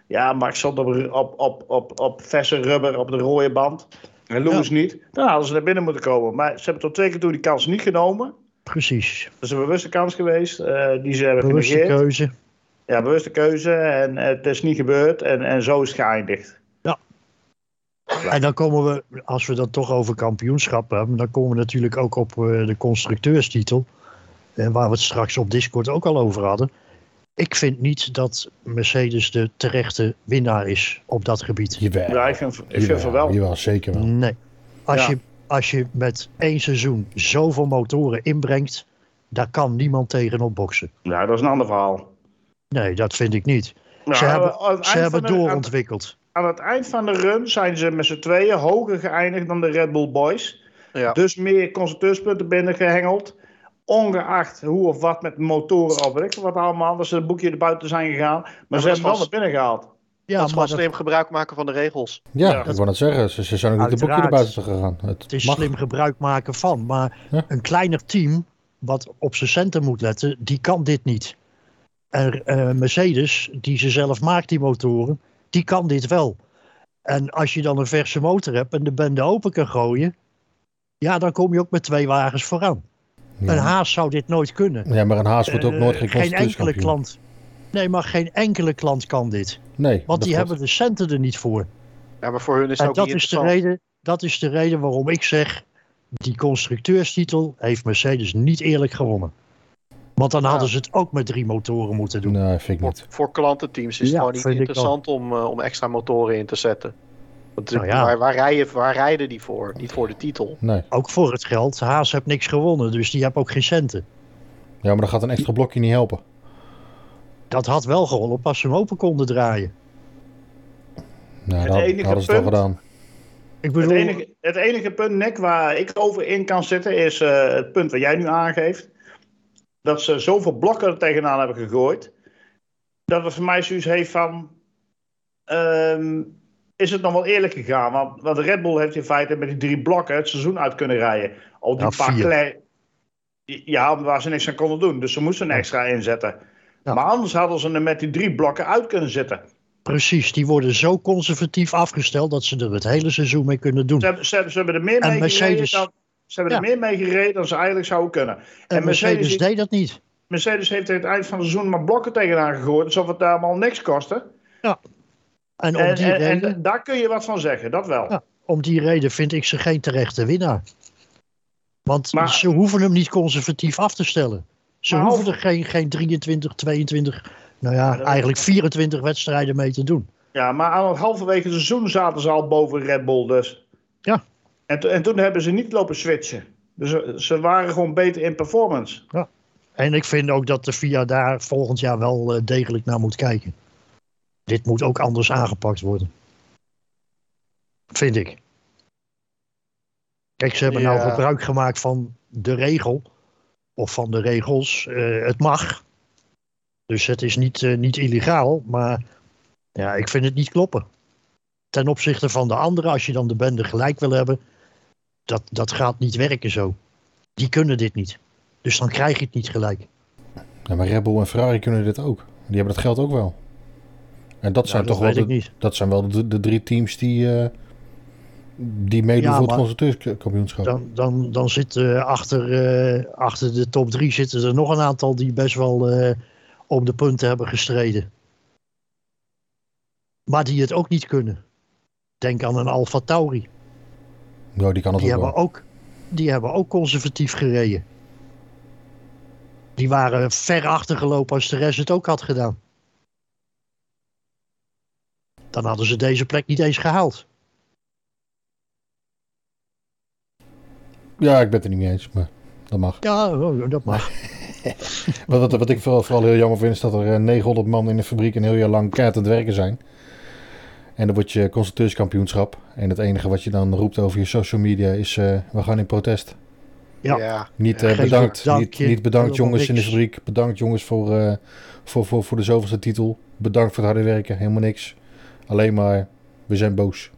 S8: Ja, Max stond op, ru- op, op, op, op verse rubber, op de rode band. En Lewis niet. Dan hadden ze naar binnen moeten komen. Maar ze hebben tot twee keer toe die kans niet genomen.
S11: Precies.
S8: Dat is een bewuste kans geweest, eh, die ze hebben
S11: Bewuste
S8: genegeerd.
S11: keuze.
S8: Ja, bewuste keuze en eh, het is niet gebeurd en, en zo is het geëindigd.
S11: En dan komen we, als we dan toch over kampioenschap hebben, dan komen we natuurlijk ook op eh, de constructeurstitel. eh, waar we het straks op Discord ook al over hadden. Ik vind niet dat Mercedes de terechte winnaar is op dat gebied.
S4: Jawel.
S8: Ja, ik vind, ik
S4: Jawel,
S8: vind van wel.
S4: Jawel, zeker wel.
S11: Nee. Als,
S8: Ja.
S11: je, als je met één seizoen zoveel motoren inbrengt, daar kan niemand tegenop boksen.
S8: Ja, dat is een ander verhaal.
S11: Nee, dat vind ik niet.
S8: Nou,
S11: Ze hebben-
S8: aan het
S11: Ze
S8: eind
S11: hebben
S8: van de- aan-
S11: doorontwikkeld.
S8: Aan, het eind van de run zijn ze met z'n tweeën hoger geëindigd dan de Red Bull Boys.
S7: Ja.
S8: Dus meer constructeurspunten binnengehengeld. Ongeacht hoe of wat met motoren of weet ik veel wat allemaal. Dat ze het boekje erbuiten zijn gegaan. Maar
S7: maar
S8: ze
S7: dat
S8: hebben wel
S7: was-
S8: naar binnen gehaald.
S7: Ja, dat ze gewoon slim gebruik maken van de regels.
S4: Ja, ja. ik wou net zeggen. Ze, ze zijn ook niet de boekje naar buiten gegaan.
S11: Het, het is mag. slim gebruik maken van. Maar ja. een kleiner team, wat op zijn centen moet letten, die kan dit niet. En uh, Mercedes, die ze zelf maakt, die motoren, die kan dit wel. En als je dan een verse motor hebt en de bende open kan gooien, ja, dan kom je ook met twee wagens vooraan. Ja. Een haas zou dit nooit kunnen.
S4: Ja, maar een haas wordt ook nooit
S11: uh, Geen enkele klant. Nee, maar geen enkele klant kan dit.
S4: Nee.
S11: Want die klopt. hebben de centen er niet voor.
S7: Ja, maar voor hun is het
S11: en
S7: ook
S11: dat
S7: niet
S11: is de reden. Dat is de reden waarom ik zeg: die constructeurstitel heeft Mercedes niet eerlijk gewonnen. Want dan ja. hadden ze het ook met drie motoren moeten doen.
S4: Nee, vind ik niet.
S7: Voor klantenteams is ja, het gewoon niet interessant om, uh, om extra motoren in te zetten. Want nou ja. waar, waar, rijden, waar rijden die voor? Niet voor de titel.
S4: Nee.
S11: Ook voor het geld. Haas heeft niks gewonnen, dus die heeft ook geen centen.
S4: Ja, maar dan gaat een extra blokje niet helpen.
S11: Dat had wel geholpen als ze hem open konden draaien.
S4: Nou, het dat, enige hadden ze punt, wel gedaan.
S8: Ik bedoel... het, enige, het enige punt, Nick, waar ik over in kan zitten, is uh, het punt wat jij nu aangeeft. Dat ze zoveel blokken er tegenaan hebben gegooid. Dat het voor mij zoiets heeft van... Um, is het nog wel eerlijk gegaan? Want, want Red Bull heeft in feite met die drie blokken het seizoen uit kunnen rijden. Al die ja, paar kleine... Ja, waar ze niks aan konden doen. Dus ze moesten een extra inzetten. Ja. Maar anders hadden ze er met die drie blokken uit kunnen zitten.
S11: Precies, die worden zo conservatief afgesteld dat ze er het hele seizoen mee kunnen doen.
S8: Ze, hebben, ze, ze hebben er meer en mee Mercedes, gereden dan, ze hebben ja. er meer mee gereden dan ze eigenlijk zouden kunnen. En,
S11: en Mercedes, Mercedes, deed dat niet.
S8: Mercedes heeft tegen het eind van het seizoen maar blokken tegenaan gegooid, alsof het daar allemaal niks kostte.
S11: Ja.
S8: En, om en, die reden, en, daar kun je wat van zeggen, dat wel. Ja,
S11: om die reden vind ik ze geen terechte winnaar. Want maar, ze hoeven hem niet conservatief af te stellen. Ze hoeven er geen, geen 23, 22, nou ja, eigenlijk 24 wedstrijden mee te doen.
S8: Ja, maar aan het halverwege seizoen zaten ze al boven Red Bull dus.
S11: Ja.
S8: En, en toen hebben ze niet lopen switchen. Dus ze waren gewoon beter in performance.
S11: Ja. En ik vind ook dat de FIA daar volgend jaar wel eh, degelijk naar moet kijken. Dit moet ook anders aangepakt worden. Vind ik. Kijk, ze hebben ja. nou gebruik gemaakt van de regel of van de regels. Uh, het mag. Dus het is niet, uh, niet illegaal, maar ja, ik vind het niet kloppen. Ten opzichte van de anderen, als je dan de bende gelijk wil hebben, dat, dat gaat niet werken zo. Die kunnen dit niet. Dus dan krijg je het niet gelijk.
S4: Ja, maar Red Bull en Ferrari kunnen dit ook. Die hebben dat geld ook wel. En dat zijn nou, dat toch wel, de, dat zijn wel de, de drie teams die, uh die meedoen ja, voor het constructeurskampioenschap.
S11: Dan, dan, dan zit uh, achter, uh, achter de top drie zitten er nog een aantal die best wel uh, om de punten hebben gestreden. Maar die het ook niet kunnen. Denk aan een Alfa Tauri.
S4: Ja, Nou, die kan het
S11: die
S4: ook,
S11: hebben
S4: wel.
S11: ook Die hebben ook conservatief gereden. Die waren ver achtergelopen als de rest het ook had gedaan. Dan hadden ze deze plek niet eens gehaald.
S4: Ja, ik ben het er niet mee eens, maar dat mag.
S11: Ja, oh, dat mag.
S4: wat, wat, ik vooral, vooral heel jammer vind, is dat er 900 man in de fabriek een heel jaar lang kaart aan het werken zijn. En dan word je constructeurskampioenschap. En het enige wat je dan roept over je social media is, uh, we gaan in protest.
S11: Ja. ja.
S4: Niet, uh, bedankt, niet, niet, bedankt jongens in de fabriek. Bedankt jongens voor, uh, voor, voor, voor de zoveelste titel. Bedankt voor het harde werken. Helemaal niks. Alleen maar, we zijn boos.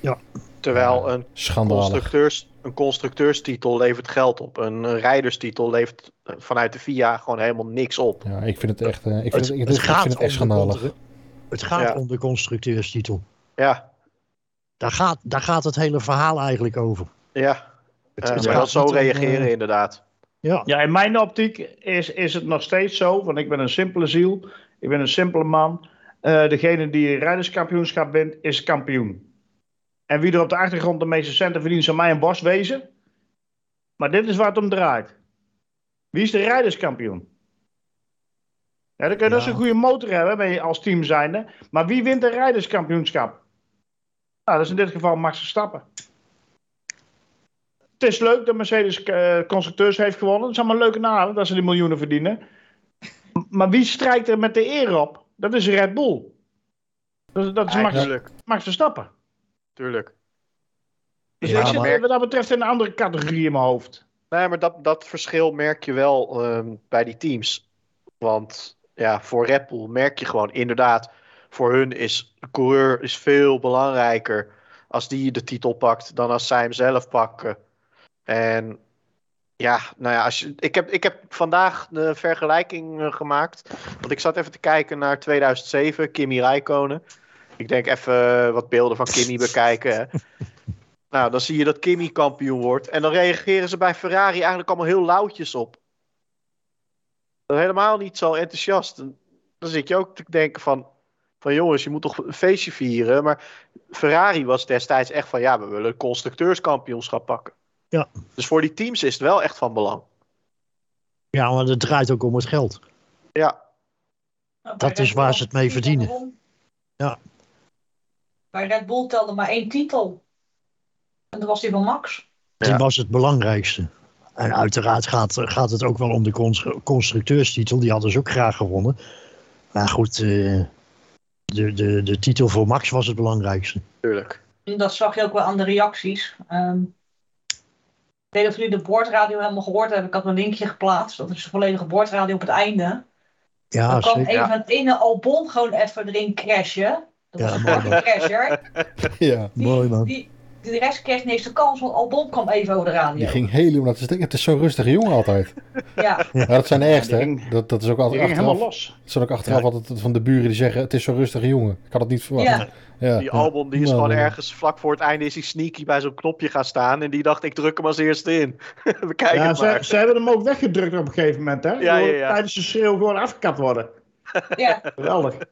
S11: Ja.
S7: Terwijl een, constructeurs, een constructeurstitel levert geld op. Een, een rijderstitel levert eh, vanuit de VIA gewoon helemaal niks op.
S4: Ja, ik vind het echt, uh, ik vind het, het, het, gaat ik vind het echt schandalig.
S11: De, het gaat ja. om de constructeurstitel.
S7: Ja.
S11: Daar gaat, daar gaat het hele verhaal eigenlijk over.
S7: Ja, het, uh, gaat zo
S11: eh,
S7: reageren om, inderdaad.
S8: Ja. ja, in mijn optiek is, is het nog steeds zo, want ik ben een simpele ziel. Ik ben een simpele man. Uh, degene die een rijderskampioenschap wint, is kampioen. En wie er op de achtergrond de meeste centen verdient, zou mij een bos wezen. Maar dit is waar het om draait. Wie is de rijderskampioen? Ja, dan kun je ja. dus een goede motor hebben ben je als team zijnde. Maar wie wint de rijderskampioenschap? Nou, dat is in dit geval Max Verstappen. Het is leuk dat Mercedes uh, constructeurs heeft gewonnen. Het is allemaal leuke naam dat ze die miljoenen verdienen. Maar wie strijkt er met de eer op? Dat is Red Bull. Dat, dat is Max, Max Verstappen.
S7: Tuurlijk.
S8: Dus ja, ik zit maar... wat dat betreft in een andere categorie in mijn hoofd.
S7: Nee, maar dat, dat verschil merk je ehm, wel um, bij die teams. Want ja, voor Red Bull merk je gewoon inderdaad... voor hun is de coureur is veel belangrijker als die de titel pakt dan als zij hem zelf pakken. En ja, nou ja, als je, ik, heb, ik heb vandaag de vergelijking eh, gemaakt. Want ik zat even te kijken naar 2007, Kimi Räikkönen. Ik denk even eh, wat beelden van Kimi bekijken. Hè. Nou, dan zie je dat Kimi kampioen wordt. En dan reageren ze bij Ferrari eigenlijk allemaal heel lauwtjes op. Helemaal niet zo enthousiast. Dan dan zit je ook te denken van... Van jongens, je moet toch een feestje vieren. Maar Ferrari was destijds echt van... Ja, we willen een constructeurskampioenschap pakken.
S11: Ja.
S7: Dus voor die teams is het wel echt van belang.
S11: Ja, maar het draait ook om het geld.
S7: Ja,
S2: Nou,
S11: Dat is waar ze het mee verdienen. Ja.
S2: Bij Red Bull telde maar één titel. En dat was die van Max.
S11: Die
S7: Ja.
S11: was het belangrijkste. En uiteraard gaat, gaat het ook wel om de cons- constructeurstitel. Die hadden ze ook graag gewonnen. Maar goed, eh, de, de, de titel voor Max was het belangrijkste.
S7: tuurlijk.
S2: En dat zag je ook wel aan de reacties. Ehm, ik weet niet of jullie de boordradio helemaal gehoord hebben. Ik had een linkje geplaatst. Dat is de volledige boordradio op het einde.
S11: Ja,
S2: Dan kwam
S11: Ah, zeker.
S2: een van het ene Albon gewoon even erin crashen. Dat
S11: Ja,
S2: was
S11: mooi
S2: een
S11: man. [laughs]
S2: crasher.
S4: Ja,
S2: Die-
S11: Mooi, man.
S2: Die, de rest kreeg niet eens de kans, want Albon kwam even over de radio.
S4: die ging helemaal naar de steek. Het is zo'n rustige jongen altijd.
S11: [laughs]
S2: Ja,
S4: Ja, dat zijn de ergste,
S8: Die
S4: hè?
S8: ging-
S4: Dat, dat is ook
S8: Die
S4: altijd
S8: ging helemaal
S4: achteraf. Dat
S8: los.
S4: zijn ook achteraf altijd van de buren die zeggen, het is zo'n rustige jongen. Ik had het niet verwacht.
S2: ja.
S4: Ja.
S7: Die album die is
S4: Nou,
S7: gewoon
S4: ja.
S7: ergens vlak voor het einde is hij sneaky bij zo'n knopje gaan staan. En die dacht, ik druk hem als eerste in. [laughs] We kijken
S8: Ja,
S7: het
S8: ze,
S7: maar.
S8: ze hebben hem ook weggedrukt op een gegeven moment. Hè?
S7: Ja, ja, ja.
S8: Tijdens de schreeuw gewoon afgekapt worden.
S2: ja. [laughs]
S8: Geweldig. Toen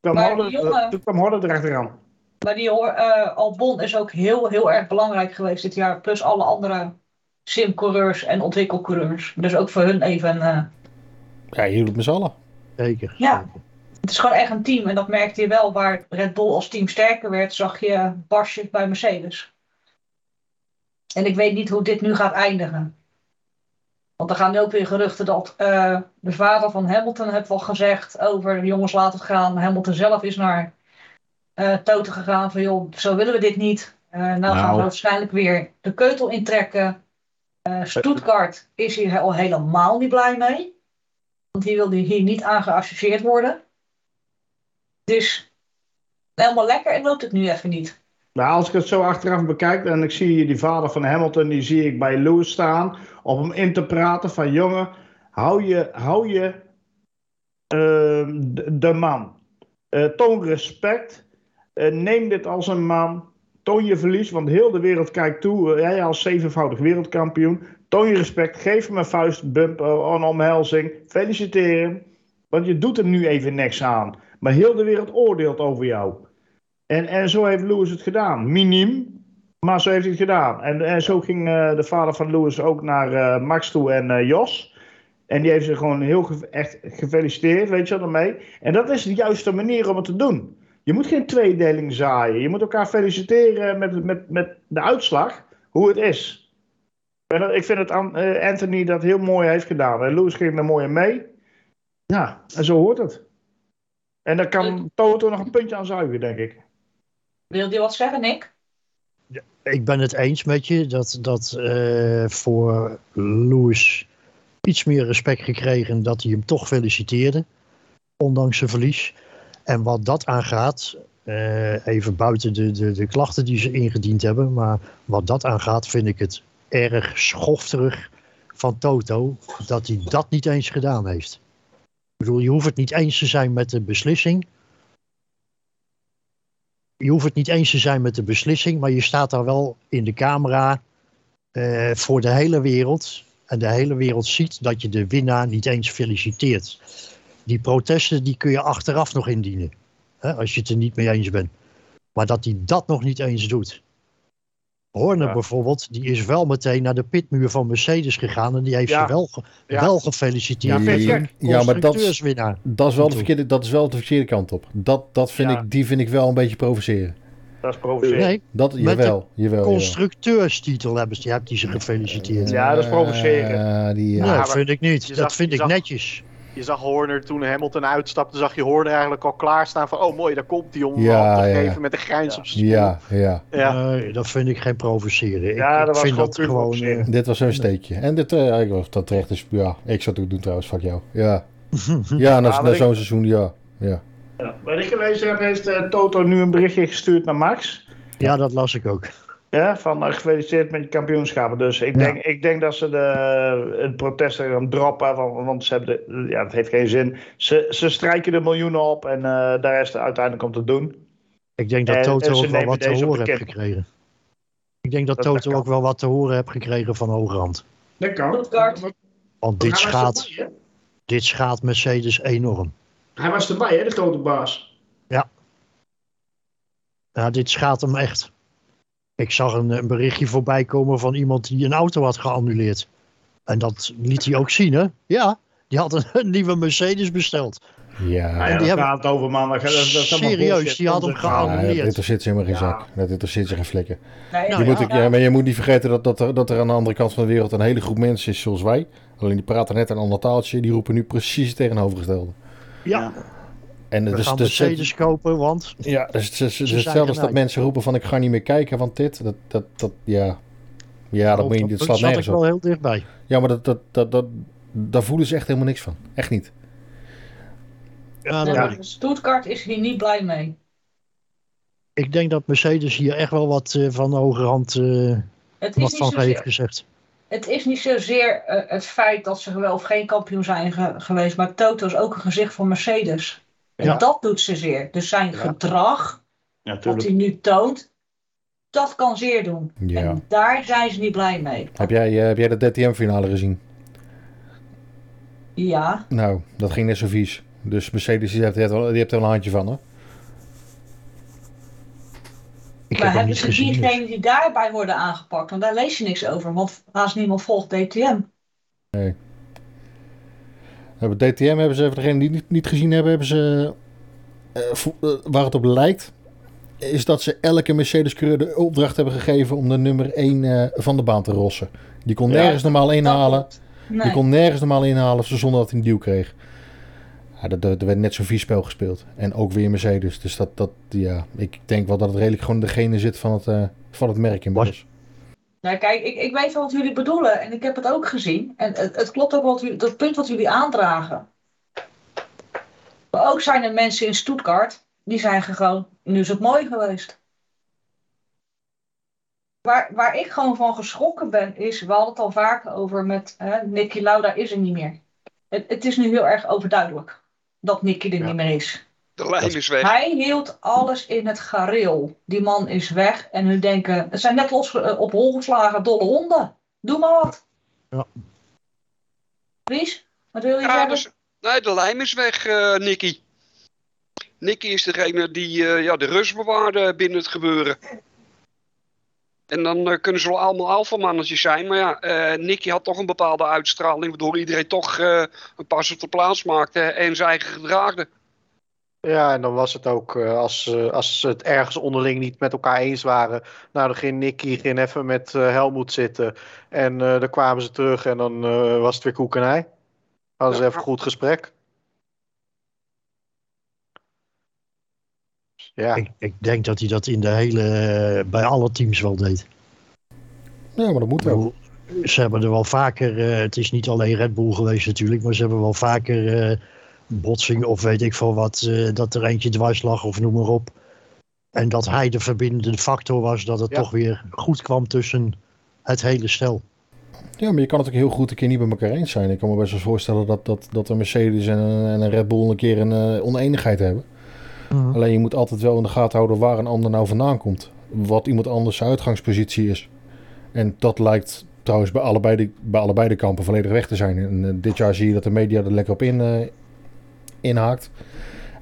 S8: kwam
S2: Maar die
S8: Horner-
S2: jongen-
S8: Toen kwam Horner erachteraan.
S2: Maar die hoor, eh, Albon is ook heel, heel erg belangrijk geweest dit jaar. Plus alle andere simcoureurs en ontwikkelcoureurs. Dus ook voor hun even. eh,
S4: Ja, je doet het met z'n allen.
S11: zeker.
S2: ja, het is gewoon echt een team. En dat merkte je wel. Waar Red Bull als team sterker werd, zag je barsjes bij Mercedes. En ik weet niet hoe dit nu gaat eindigen. Want er gaan nu ook weer geruchten dat eh, de vader van Hamilton heeft wel gezegd over jongens laat het gaan. Hamilton zelf is naar eh Toten gegaan van joh, zo willen we dit niet. Eh, nou, gaan we waarschijnlijk weer de keutel intrekken. Eh Stuttgart is hier al helemaal niet blij mee. Want die wilde hier niet aan geassocieerd worden. Dus helemaal lekker en loopt het nu even niet.
S8: Nou, als ik het zo achteraf bekijk en ik zie die vader van Hamilton, die zie ik bij Lewis staan, op hem in te praten van jongen, hou je, hou je ehm, d- de man. Eh, toon respect, Eh, neem dit als een man, toon je verlies, want heel de wereld kijkt toe, Eh, jij als zevenvoudig wereldkampioen, toon je respect, geef hem een vuistbump, eh, een omhelzing, feliciteer hem, want je doet hem nu even niks aan. Maar heel de wereld oordeelt over jou. En, en zo heeft Lewis het gedaan. Miniem, maar zo heeft hij het gedaan. En, en zo ging eh, de vader van Lewis ook naar eh, Max toe en eh, Jos. En die heeft ze gewoon heel ge- echt gefeliciteerd, weet je wel, daarmee. En dat is de juiste manier om het te doen. Je moet geen tweedeling zaaien. Je moet elkaar feliciteren met, met, met de uitslag, hoe het is. En dat- ik vind dat An- eh, Anthony dat heel mooi heeft gedaan. En Lewis ging er mooi in mee. Ja, en zo hoort het. En daar kan Toto nog een puntje aan zuigen, denk ik.
S2: Wil je wat zeggen, Nick?
S11: Ik ben het eens met je dat, dat eh, voor Lewis iets meer respect gekregen dat hij hem toch feliciteerde. Ondanks zijn verlies. En wat dat aangaat, eh, even buiten de, de, de klachten die ze ingediend hebben. Maar wat dat aangaat vind ik het erg schofterig van Toto dat hij dat niet eens gedaan heeft. Ik bedoel, je hoeft het niet eens te zijn met de beslissing. Je hoeft het niet eens te zijn met de beslissing, maar je staat daar wel in de camera eh, voor de hele wereld. En de hele wereld ziet dat je de winnaar niet eens feliciteert. Die protesten die kun je achteraf nog indienen, hè, als je het er niet mee eens bent. Maar dat hij dat nog niet eens doet. Horner
S7: Ja.
S11: bijvoorbeeld, die is wel meteen naar de pitmuur van Mercedes gegaan en die heeft
S7: Ja.
S11: ze wel, ge-
S7: Ja.
S11: wel gefeliciteerd.
S8: Ja, vind ik gek.
S4: Ja, maar dat is,
S11: Constructeurswinnaar.
S4: dat, is wel de verkeerde, dat is wel de verkeerde kant op. Dat, dat vind
S8: Ja.
S4: ik, die vind ik wel een beetje provoceren.
S8: Dat is provoceren.
S11: Nee,
S4: Dat,
S11: Met de
S4: jawel, jawel, jawel.
S11: constructeurstitel hebben ze, die hebt die ze gefeliciteerd.
S8: Ja, dat is provoceren.
S4: Eh, die, eh,
S11: nee,
S7: maar
S11: dat vind ik niet.
S7: je
S11: Dat
S7: zag-
S11: vind
S7: je
S11: ik
S7: zag-
S11: netjes.
S7: Je zag Horner toen Hamilton uitstapte, zag je Horner eigenlijk al klaarstaan van... Oh mooi, daar komt hij om hem
S4: Ja,
S7: hand te
S4: ja, ja.
S7: geven met een grijns op zijn smoel.
S4: ja, ja.
S7: Ja.
S11: Nee, dat vind ik geen provoceren. Ik,
S8: Ja, dat
S11: ik
S8: was
S11: vind
S8: gewoon
S11: dat
S8: puur
S11: gewoon.
S8: provoceren.
S11: eh,
S4: Dit was zo'n steekje. En dit, eh, ik was dat terecht is, ja, ik zou het ook doen trouwens, fuck jou. Ja, ja na,
S8: maar
S4: na
S8: ik-
S4: zo'n seizoen, ja. ja.
S8: Ja. Wat ik gelezen heb, heeft eh, Toto nu een berichtje gestuurd naar Max.
S11: Ja, dat las ik ook.
S8: Ja, van eh, gefeliciteerd met je kampioenschappen. Dus ik
S11: Ja.
S8: denk, ik denk dat ze de, het protest er gaan droppen. Want, want ze hebben de- ja, het heeft geen zin. Ze, ze strijken de miljoenen op en eh, daar is het uiteindelijk om te doen.
S11: Ik denk
S8: En-
S11: dat
S8: en
S11: Toto
S8: Eh, ze
S11: ook wel
S8: nemen
S11: wat te
S8: deze op
S11: horen
S8: de
S11: heeft
S8: kip.
S11: gekregen. Ik denk dat,
S8: Dat- dat
S11: Toto
S8: kan.
S11: ook wel wat te horen heeft gekregen van Hogerhand.
S8: Dat kan.
S2: Stuttgart.
S11: Want dit schaadt, dit schaadt Mercedes enorm.
S8: Hij was erbij, hè, de grote baas.
S11: Ja, dit schaadt hem echt. Ik zag een, een berichtje voorbij komen van iemand die een auto had geannuleerd. En dat liet hij ook zien, hè? Ja, die had een, [laughs] een nieuwe Mercedes besteld.
S4: Ja,
S8: Ja,
S11: die
S8: daar
S11: hebben-
S8: gaat het over, man. Dat, dat, dat is allemaal
S11: Serieus,
S8: bullshit.
S11: die had hem
S8: Onzin.
S11: gehaald.
S4: ja,
S11: geannuleerd.
S4: dit er zit ze helemaal geen
S8: Ja.
S4: zak. Dat dit er zit ze geen flikker.
S2: Nee,
S11: Nou
S4: Je
S11: ja.
S4: moet ook- ja, maar je moet niet vergeten dat, dat, er, dat er aan de andere kant van de wereld een hele groep mensen is zoals wij. Alleen die praten net een ander taaltje. Die roepen nu precies het tegenovergestelde.
S11: Ja,
S4: En
S11: we
S4: het is,
S11: gaan
S4: het is-
S11: Mercedes kopen, want...
S4: dus ja, dus het is, het is
S11: zijn
S4: hetzelfde als dat
S11: gelijk.
S4: mensen roepen van ik ga niet meer kijken, want dit, dat, dat, dat ja. Ja, dat, moet je,
S11: punt
S4: dat slaat
S11: zat ik
S4: nergens op.
S11: wel heel dichtbij.
S4: Ja, maar dat, dat, dat, dat, daar voelen ze echt helemaal niks van. Echt niet.
S11: Ja, nou,
S2: Ja,
S11: dat-
S2: maar Stuttgart is hier niet blij mee.
S11: Ik denk dat Mercedes hier echt wel wat eh, van Hogerhand eh
S2: Het is,
S11: wat
S2: niet
S11: van heeft
S2: zozeer,
S11: gezegd.
S2: het is niet zozeer eh, het feit dat ze wel of geen kampioen zijn ge- geweest, maar Toto is ook een gezicht van Mercedes. En
S11: Ja.
S2: dat doet ze zeer. Dus zijn gedrag,
S8: Ja,
S2: wat
S8: tuurlijk.
S2: hij nu toont, dat kan zeer doen.
S4: Ja.
S2: En daar zijn ze niet blij mee.
S4: Heb jij, eh, heb jij de DTM-finale gezien?
S2: Ja,
S4: Nou, dat ging net zo vies. Dus Mercedes, die hebt, die hebt wel- die hebt er wel een handje van, hè?
S11: Ik
S2: maar
S11: heb
S2: hebben
S11: hem niet
S2: ze
S11: gezien. dus-
S2: diegenen die daarbij worden aangepakt? Want daar lees je niks over, want haast niemand volgt DTM.
S4: Hebben DTM hebben ze, voor degenen die het niet, niet gezien hebben, hebben ze. eh, vo- eh, waar het op lijkt, is dat ze elke Mercedes-coureur de opdracht hebben gegeven om de nummer 1 van de baan te rossen. Die kon
S8: Ja,
S4: nergens normaal inhalen.
S2: Dat-
S4: Die
S2: Nee.
S4: kon nergens normaal inhalen zonder dat hij een duw kreeg. Ja, dat, dat- er werd net zo'n vies spel gespeeld. En ook weer Mercedes. Dus dat, dat, ja, ik denk wel dat het redelijk gewoon degene zit van het, eh, van het merk inmiddels.
S2: Nou, kijk, ik, ik weet wel wat jullie bedoelen en ik heb het ook gezien. En het, het klopt ook wat jullie, dat punt wat jullie aandragen. Maar ook zijn er mensen in Stuttgart, die zijn gewoon, nu is het mooi geweest. Waar, waar ik gewoon van geschrokken ben, is, we hadden het al vaker over met hè, Nicky Lauda is er niet meer. Het, het is nu heel erg overduidelijk dat Nicky er niet meer is.
S6: De lijn is weg.
S2: Hij hield alles in het gareel. Die man is weg en hun denken, het zijn net los eh, op hol geslagen dolle honden. Doe maar wat.
S11: Ja.
S2: Ries, wat wil je
S6: Ja,
S2: zeggen?
S6: dus, nee, de lijm is weg, eh Nicky. Nicky is degene die eh, ja, de rust bewaarde binnen het gebeuren. En dan eh, kunnen ze wel allemaal alfamannetjes zijn. Maar ja, eh Nicky had toch een bepaalde uitstraling... waardoor iedereen toch eh, een pas op de plaats maakte... en zijn eigen gedraagde.
S7: Ja, en dan was het ook eh, als, ze- als ze het ergens onderling niet met elkaar eens waren. Nou, dan ging Nicky ging even met eh, Helmoet zitten. En eh dan kwamen ze terug en dan eh, was het weer koek en ei. Hadden ze
S6: Ja.
S7: even een goed gesprek. Ja,
S11: Ik, ik denk dat hij dat in de hele, eh, bij alle teams wel deed.
S4: Ja, maar dat moet
S11: Ik
S4: wel.
S11: bedoel, Ze hebben er wel vaker, eh, het is niet alleen Red Bull geweest natuurlijk, maar ze hebben wel vaker eh, botsingen of weet ik veel wat, eh, dat er eentje dwars lag of noem maar op. En dat hij de verbindende factor was, dat het
S7: Ja.
S11: toch weer goed kwam tussen het hele stel.
S4: Ja, maar je kan het ook heel goed een keer niet met elkaar eens zijn. Ik kan me best wel eens voorstellen dat, dat, dat een Mercedes en een, en een Red Bull een keer een eh, oneenigheid hebben. Alleen je moet altijd wel in de gaten houden waar een ander nou vandaan komt. Wat iemand anders zijn uitgangspositie is. En dat lijkt trouwens bij allebei de, bij allebei de kampen volledig weg te zijn. En eh, dit jaar zie je dat de media er lekker op in, eh, inhaakt.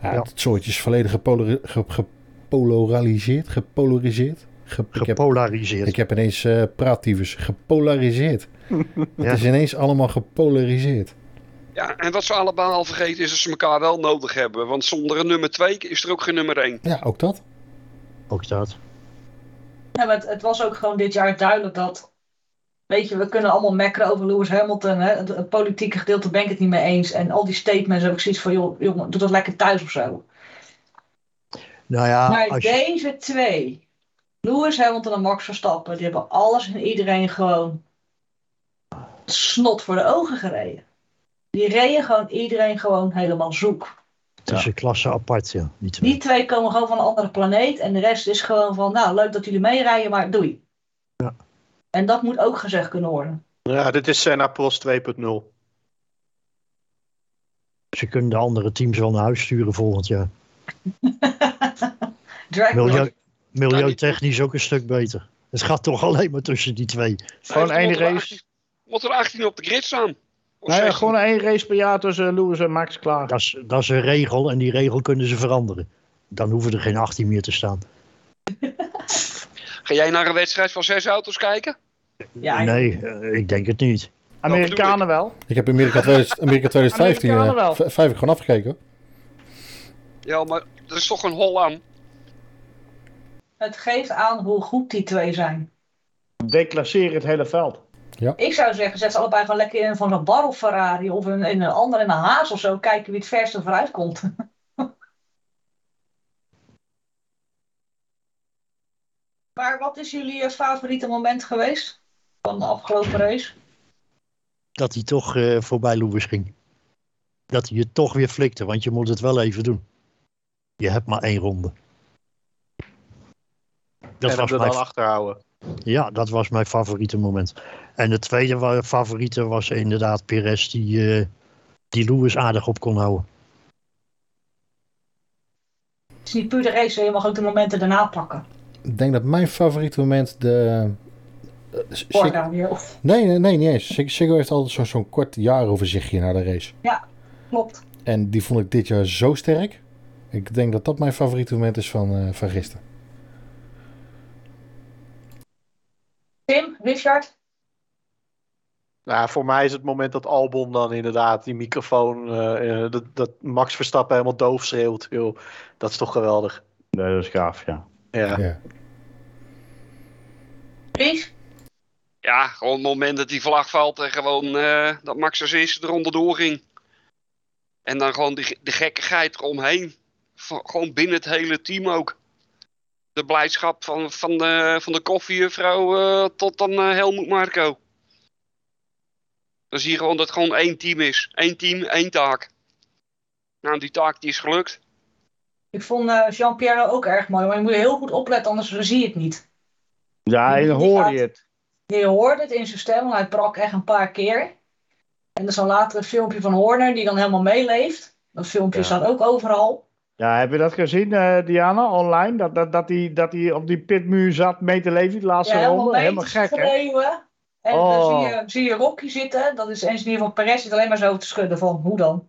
S4: Ja,
S11: Ja.
S4: Het soortje is volledig gepolari- ge- gepolariseerd. Gepolariseerd. Ge- ik heb-
S11: Gepolariseerd.
S4: ik heb ineens eh praattyfus. Gepolariseerd.
S11: Ja.
S4: Het is ineens allemaal gepolariseerd.
S6: Ja, en wat ze allemaal al vergeten is dat ze elkaar wel nodig hebben. Want zonder een nummer 2 is er ook geen nummer 1.
S4: Ja, ook dat.
S11: Ook dat.
S2: Ja, maar het, het was ook gewoon dit jaar duidelijk dat. Weet je, we kunnen allemaal mekkeren over Lewis Hamilton. Hè? Het, het politieke gedeelte ben ik het niet mee eens. En al die statements heb ik zoiets van: joh, jongen, doe dat lekker thuis of zo.
S11: Nou ja,
S2: maar
S11: als je,
S2: deze twee, Lewis Hamilton en Max Verstappen, die hebben alles en iedereen gewoon snot voor de ogen gereden. Die reden gewoon iedereen gewoon helemaal zoek.
S11: Het is een klasse apart, ja. Die twee.
S2: Die twee komen gewoon van een andere planeet. En de rest is gewoon van, nou, leuk dat jullie meerijden, maar doei. En dat moet ook gezegd kunnen worden.
S7: Ja, dit is Senna Plus 2.0.
S11: Ze kunnen de andere teams wel naar huis sturen volgend jaar.
S2: Drag
S11: Milieu, milieutechnisch ook een stuk beter. Het gaat toch alleen maar tussen die twee.
S8: Gewoon
S6: Hij
S8: één
S6: heeft er
S8: race.
S6: 18 Moet er 18 op de grid staan? Of
S8: Nou ja,
S6: 16?
S8: gewoon één race per jaar tussen Lewis en Max klaar.
S11: Dat is, dat is een regel en die regel kunnen ze veranderen. Dan hoeven er geen 18 meer te staan.
S6: Ga jij naar een wedstrijd van zes auto's kijken?
S2: Ja,
S11: nee, eh, ik denk het niet.
S8: Amerikanen wel.
S4: Ik heb Amerika, 2000, Amerika 2015 eh,
S8: Amerikanen wel.
S4: v- vijf ik gewoon afgekeken. hoor.
S6: Ja, maar dat is toch een hol aan.
S2: het geeft aan hoe goed die twee zijn.
S8: Declasseer het hele veld.
S2: Ik zou zeggen, zet ze allebei gewoon lekker in van een barrel Ferrari of een, in een ander, in een haas of zo. Kijken wie het verste vooruit komt. [laughs] maar wat is jullie eh, favoriete moment geweest van de afgelopen race?
S11: Dat hij toch eh, voorbij Lewis ging. Dat hij het toch weer flikte, want je moet het wel even doen. Je hebt maar één ronde. Dat
S7: en
S11: was
S7: hem er
S11: mijn
S7: dan achterhouden.
S11: Ja, dat was mijn favoriete moment. En het tweede wa- favoriete was inderdaad Perez, die, eh, die Lewis aardig op kon houden.
S2: Het is niet puur de race, je mag ook de momenten daarna pakken.
S4: Ik denk dat mijn favoriete moment de... eh, s- Sig-
S2: Porta weer, of
S4: nee, nee, nee, niet eens. Sig- Siggo heeft altijd zo- zo'n kort jaaroverzichtje naar de race.
S2: klopt.
S4: En die vond ik dit jaar zo sterk. Ik denk dat dat mijn favoriete moment is van, eh, van gisteren.
S2: Tim, Richard,
S7: Nou, voor mij is het moment dat Albon dan inderdaad die microfoon, eh, eh, dat, dat Max Verstappen helemaal doof schreeuwt. Joh, dat is toch geweldig.
S8: Nee, dat is gaaf, ja.
S7: Ja.
S4: Ja.
S2: Ries,
S6: Ja, gewoon het moment dat die vlag valt en gewoon eh, dat Max als eerste eronder doorging. En dan gewoon die, de gekkigheid eromheen. Va- gewoon binnen het hele team ook. De blijdschap van, van, de, van de koffiejuffrouw eh, tot dan eh, Helmoet Marco. Dan zie je gewoon dat het gewoon één team is. Eén team, één taak. Nou, die taak die is gelukt.
S2: ik vond eh, Jean-Pierre ook erg mooi, maar je moet heel goed opletten, anders zie je het niet.
S8: Ja,
S2: Die-
S8: en
S2: die
S8: hoor
S2: gaat-
S8: je het.
S2: Je hoorde het in zijn stem, want hij brak echt een paar keer. En er is dan later een filmpje van Horner die dan helemaal meeleeft. Dat filmpje
S8: Ja.
S2: staat ook overal.
S8: Ja, heb je dat gezien, eh, Diana, online? Dat hij dat, dat die, dat die op die pitmuur zat mee te leven die laatste
S2: Ja, helemaal
S8: ronde?
S2: mee
S8: Helemaal
S2: te
S8: gek, hè?
S2: schreeuwen. En dan
S8: Oh.
S2: zie je, zie je Rocky zitten. Dat is de engineer van Perez zit alleen maar zo te schudden van hoe dan.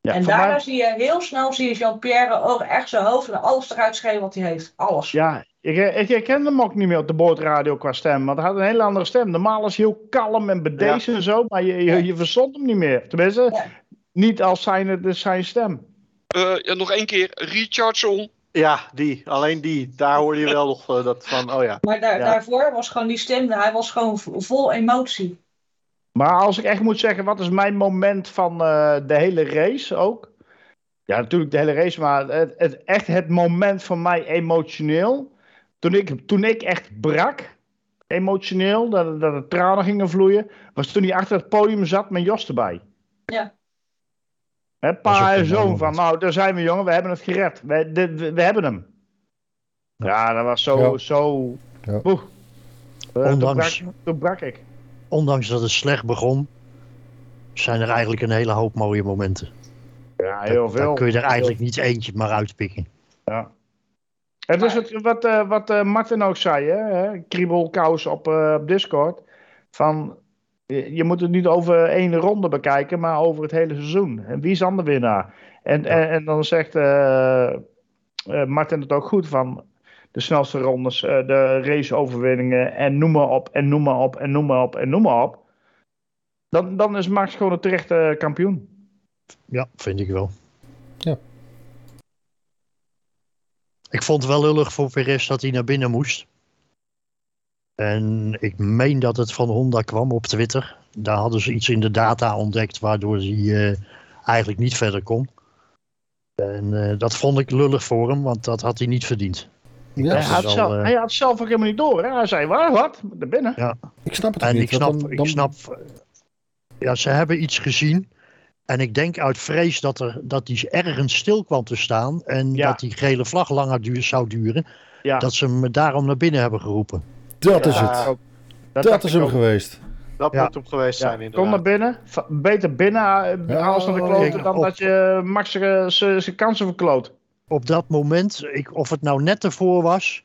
S8: Ja,
S2: en
S8: voor
S2: daarna
S8: mij-
S2: zie je heel snel zie je Jean-Pierre ook echt zijn hoofd en alles eruit schreeuwen wat hij heeft. Alles.
S8: Ja, ik, eh, ik herkende hem ook niet meer op de boordradio qua stem. Want hij had een hele andere stem. Normaal is hij heel kalm en bedeesd en zo. Maar je, je, je verstond hem niet meer. Tenminste,
S2: Ja.
S8: niet als zijn, dus zijn stem.
S6: Eh, ja, nog één keer, Richardson.
S7: ja, die. Alleen die. Daar hoor je wel nog eh, dat van, oh ja.
S2: Maar daar,
S8: Ja.
S2: daarvoor was gewoon die stem, hij was gewoon v- vol emotie.
S8: Maar als ik echt moet zeggen, wat is mijn moment van eh, de hele race ook? Ja, natuurlijk de hele race, maar het, het, echt het moment van mij emotioneel. Toen ik, toen ik echt brak, emotioneel, dat, dat er tranen gingen vloeien, was toen hij achter het podium zat met Jos erbij.
S2: Ja.
S8: Hè,
S11: Dat is ook
S8: pa en
S11: een mooi
S8: zoon van,
S11: moment.
S8: nou, daar zijn we jongen, we hebben het gered. We, dit- we, we hebben hem. Ja, dat was zo...
S4: Ja.
S8: zo
S4: Ja.
S8: Oeh. Eh, toen, brak,
S11: Ondanks-
S8: toen brak ik.
S11: Ondanks dat het slecht begon, zijn er eigenlijk een hele hoop mooie momenten.
S8: Ja, heel
S11: Dan
S8: veel.
S11: kun je er eigenlijk niet eentje maar uitpikken.
S8: Het is het, wat, eh, wat eh, Martin ook zei, hè? hè, kriebelkous op, eh, op Discord. Van, je je moet het niet over één ronde bekijken, maar over het hele seizoen. En wie is dan de winnaar? En, en, en dan zegt eh, eh, Martin het ook goed van de snelste rondes, eh, de raceoverwinningen en noem maar op, en noem maar op, en noem maar op, en noem maar op. Dan, dan is Max gewoon een terechte kampioen.
S11: Ja, vind ik wel.
S4: Ja.
S11: Ik vond het wel lullig voor Perez dat hij naar binnen moest. En ik meen dat het van Honda kwam op Twitter. Daar hadden ze iets in de data ontdekt waardoor hij eh, eigenlijk niet verder kon. En eh, dat vond ik lullig voor hem, want dat had hij niet verdiend.
S4: Ja,
S8: Hij
S11: dat is
S8: had,
S11: wel,
S8: zelf,
S11: eh,
S8: hij had zelf ook helemaal niet door. Hè? Hij zei, waar, wat? Daar binnen.
S4: Ik snap het ook
S11: En
S4: niet.
S11: ik
S4: want
S11: snap, eh,
S4: dan-
S11: ik
S4: dan-
S11: snap. Ja, ze hebben iets gezien. En ik denk uit vrees dat, er, dat die ergens stil kwam te staan. En
S8: Ja.
S11: dat die gele vlag langer duur, zou duren.
S8: Ja,
S11: Dat ze hem daarom naar binnen hebben geroepen.
S4: Dat is
S7: Ja,
S4: het.
S8: dat
S4: Dat
S8: dacht
S4: is
S8: ik
S4: hem
S8: ook.
S4: geweest.
S7: Dat
S8: Ja.
S7: moet hem geweest
S8: Ja,
S7: zijn
S8: kom maar
S7: inderdaad.
S8: binnen. Va- Beter binnen eh,
S4: Ja,
S8: als naar de
S4: oh,
S8: kloten
S11: ja.
S8: dan
S11: Op.
S8: dat je eh, Max zijn kansen verkloot.
S11: Op dat moment, ik, of het nou net ervoor was.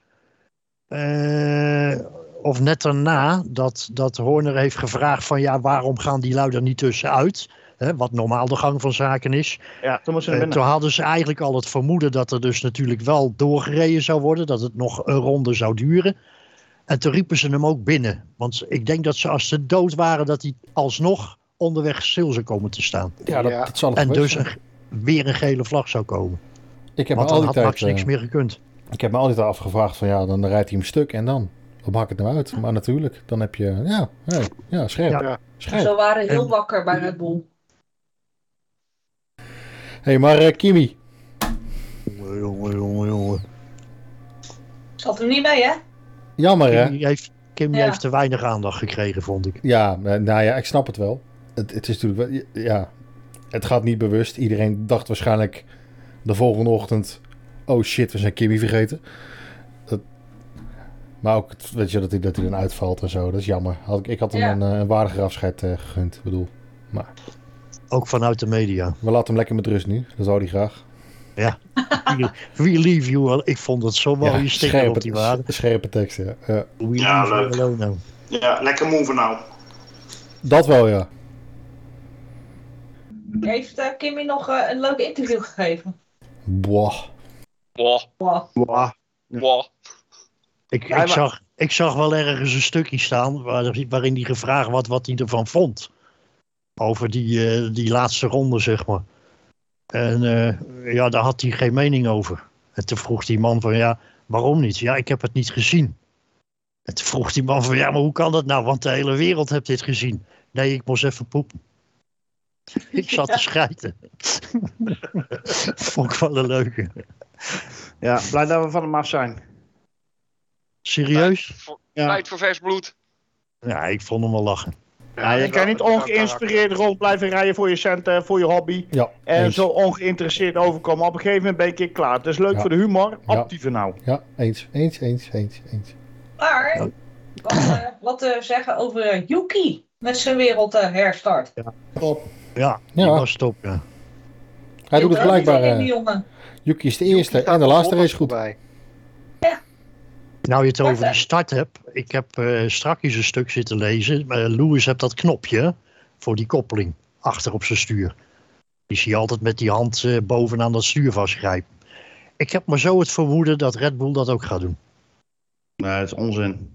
S11: eh, of net daarna. Dat, dat Horner heeft gevraagd van ja, waarom gaan die lui er niet tussenuit? Hè, wat normaal de gang van zaken is.
S8: Ja, toen moest je
S11: Eh,
S8: naar binnen.
S11: toen hadden ze eigenlijk al het vermoeden dat er dus natuurlijk wel doorgereden zou worden, dat het nog een ronde zou duren. En toen riepen ze hem ook binnen. Want ik denk dat ze als ze dood waren, dat hij alsnog onderweg stil zou komen te staan.
S4: Ja, dat,
S7: Ja.
S4: dat zal het
S11: En
S4: geweest
S11: dus
S4: zijn.
S11: een, ge- weer een gele vlag zou komen.
S4: Ik heb, me
S11: Want
S4: al
S11: dan
S4: die
S11: had
S4: tijd,
S11: Max niks
S4: eh,
S11: meer gekund.
S4: ik heb me altijd afgevraagd van ja, dan rijdt hij hem stuk en dan? Wat maakt het nou uit? Maar natuurlijk, dan heb je, ja, hey, ja scherp.
S11: Ja.
S7: Ja.
S4: scherp.
S2: Ze waren heel
S11: En-
S2: wakker bij Red Bull.
S4: hey, maar eh, Kimi,
S11: Jongen, jongen, jongen, jongen.
S2: Zat er niet mee, hè?
S4: jammer
S11: Kim,
S4: hè?
S11: die heeft, Kim die
S2: Ja.
S11: heeft te weinig aandacht gekregen, vond ik.
S4: Ja, eh, nou ja, ik snap het wel. Het, het is natuurlijk wel, ja, het gaat niet bewust. Iedereen dacht waarschijnlijk de volgende ochtend, oh shit, we zijn Kimi vergeten. Dat, maar ook, het- weet je, dat hij, dat hij dan uitvalt en zo, dat is jammer. Had ik, ik had hem
S2: Ja.
S4: een, eh, een waardiger afscheid eh, gegund, ik bedoel.
S11: Ook vanuit de media.
S4: We laten hem lekker met rust nu, dat zou hij graag.
S11: We, we leave you al- Ik vond het zo mooie
S4: Ja,
S11: sticker op die waarde.
S4: scherpe teksten, ja. ja.
S11: We
S9: Ja,
S11: leave you
S9: leuk.
S11: alone nou. now.
S9: Ja, lekker move nou.
S4: Dat wel, ja.
S2: Heeft eh, Kimmy nog eh, een leuk interview gegeven?
S4: Boah.
S6: Wah,
S2: Wow.
S7: Wah.
S6: wah.
S11: Ik,
S8: Ja,
S11: ik,
S8: maar-
S11: zag, ik zag wel ergens een stukje staan waar, waarin hij gevraagd wat, wat hij ervan vond. Over die, eh, die laatste ronde, zeg maar. En eh, ja, daar had hij geen mening over. En toen vroeg die man van ja, waarom niet? Ja, ik heb het niet gezien. En toen vroeg die man van ja, maar hoe kan dat nou? Want de hele wereld heeft dit gezien. Nee, ik moest even poepen. Ik zat te
S8: [laughs]
S11: schijten. Vond ik wel een leuke.
S8: Ja, blij dat we van hem af zijn.
S11: Serieus?
S6: Tijd voor-
S8: Ja.
S6: Tijd voor vers bloed.
S11: Ja, ik vond hem wel lachen.
S8: Ja, je kan niet ongeïnspireerd rond blijven rijden voor je centen, eh, voor je hobby.
S4: Ja,
S8: En
S4: eens.
S8: zo ongeïnteresseerd overkomen. Op een gegeven moment ben je een keer klaar. Het is leuk
S4: Ja.
S8: voor de humor.
S4: Ja.
S8: Actieve nou.
S4: Ja, eens, eens, eens, eens, eens.
S2: Maar,
S11: Ja.
S2: wat, eh, wat te zeggen over eh, Yuki met zijn wereld eh, herstart.
S4: Top.
S11: Ja, die
S4: Ja.
S11: was top. Ja.
S4: Hij doet het
S2: Zit er ook
S4: blijkbaar.
S2: niet in,
S4: eh,
S2: die jongen.
S4: Yuki is de eerste en de laatste race goed.
S7: bij.
S11: Nou, je het over die
S2: Starten.
S11: start hebt. Ik heb eh strakjes een stuk zitten lezen. Eh, Lewis heeft dat knopje voor die koppeling achter op zijn stuur. Die zie je altijd met die hand eh, bovenaan dat stuur vastgrijpen. Ik heb maar zo het vermoeden dat Red Bull dat ook gaat doen.
S8: Nee, dat is onzin.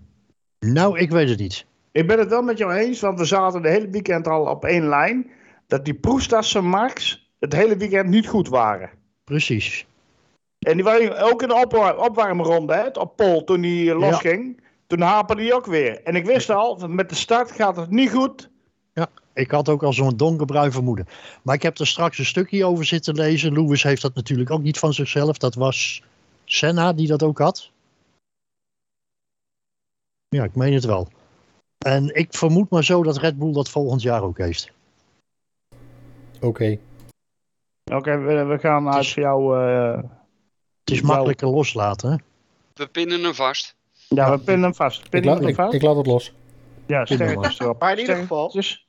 S11: Nou, ik weet het niet.
S8: Ik ben het wel met jou eens, want we zaten de hele weekend al op één lijn. Dat die proeftassen van Max het hele weekend niet goed waren.
S11: Precies.
S8: En die waren ook in de opwa- opwarmronde, hè, op Pol, toen die eh, losging. Toen haperde die ook weer. En ik wist al, van met de start gaat het niet goed.
S11: Ik had ook al zo'n donkerbruin vermoeden. Maar ik heb er straks een stukje over zitten lezen. Lewis heeft dat natuurlijk ook niet van zichzelf. Dat was Senna die dat ook had. Ja, ik meen het wel. En ik vermoed maar zo dat Red Bull dat volgend jaar ook heeft.
S4: Oké.
S8: Oké, we, we gaan uit
S11: is-
S8: voor jou. eh,
S11: Het is
S8: Nou.
S11: makkelijker loslaten. Hè?
S6: We pinnen hem vast.
S8: ja, we pinnen hem vast.
S4: Ik,
S8: Pinnen
S4: la-
S8: we hem
S4: ik,
S8: vast?
S4: ik laat het los.
S8: Ja,
S11: pin hem
S8: sterretjes erop.
S7: Maar in ieder geval-
S8: Sterretjes.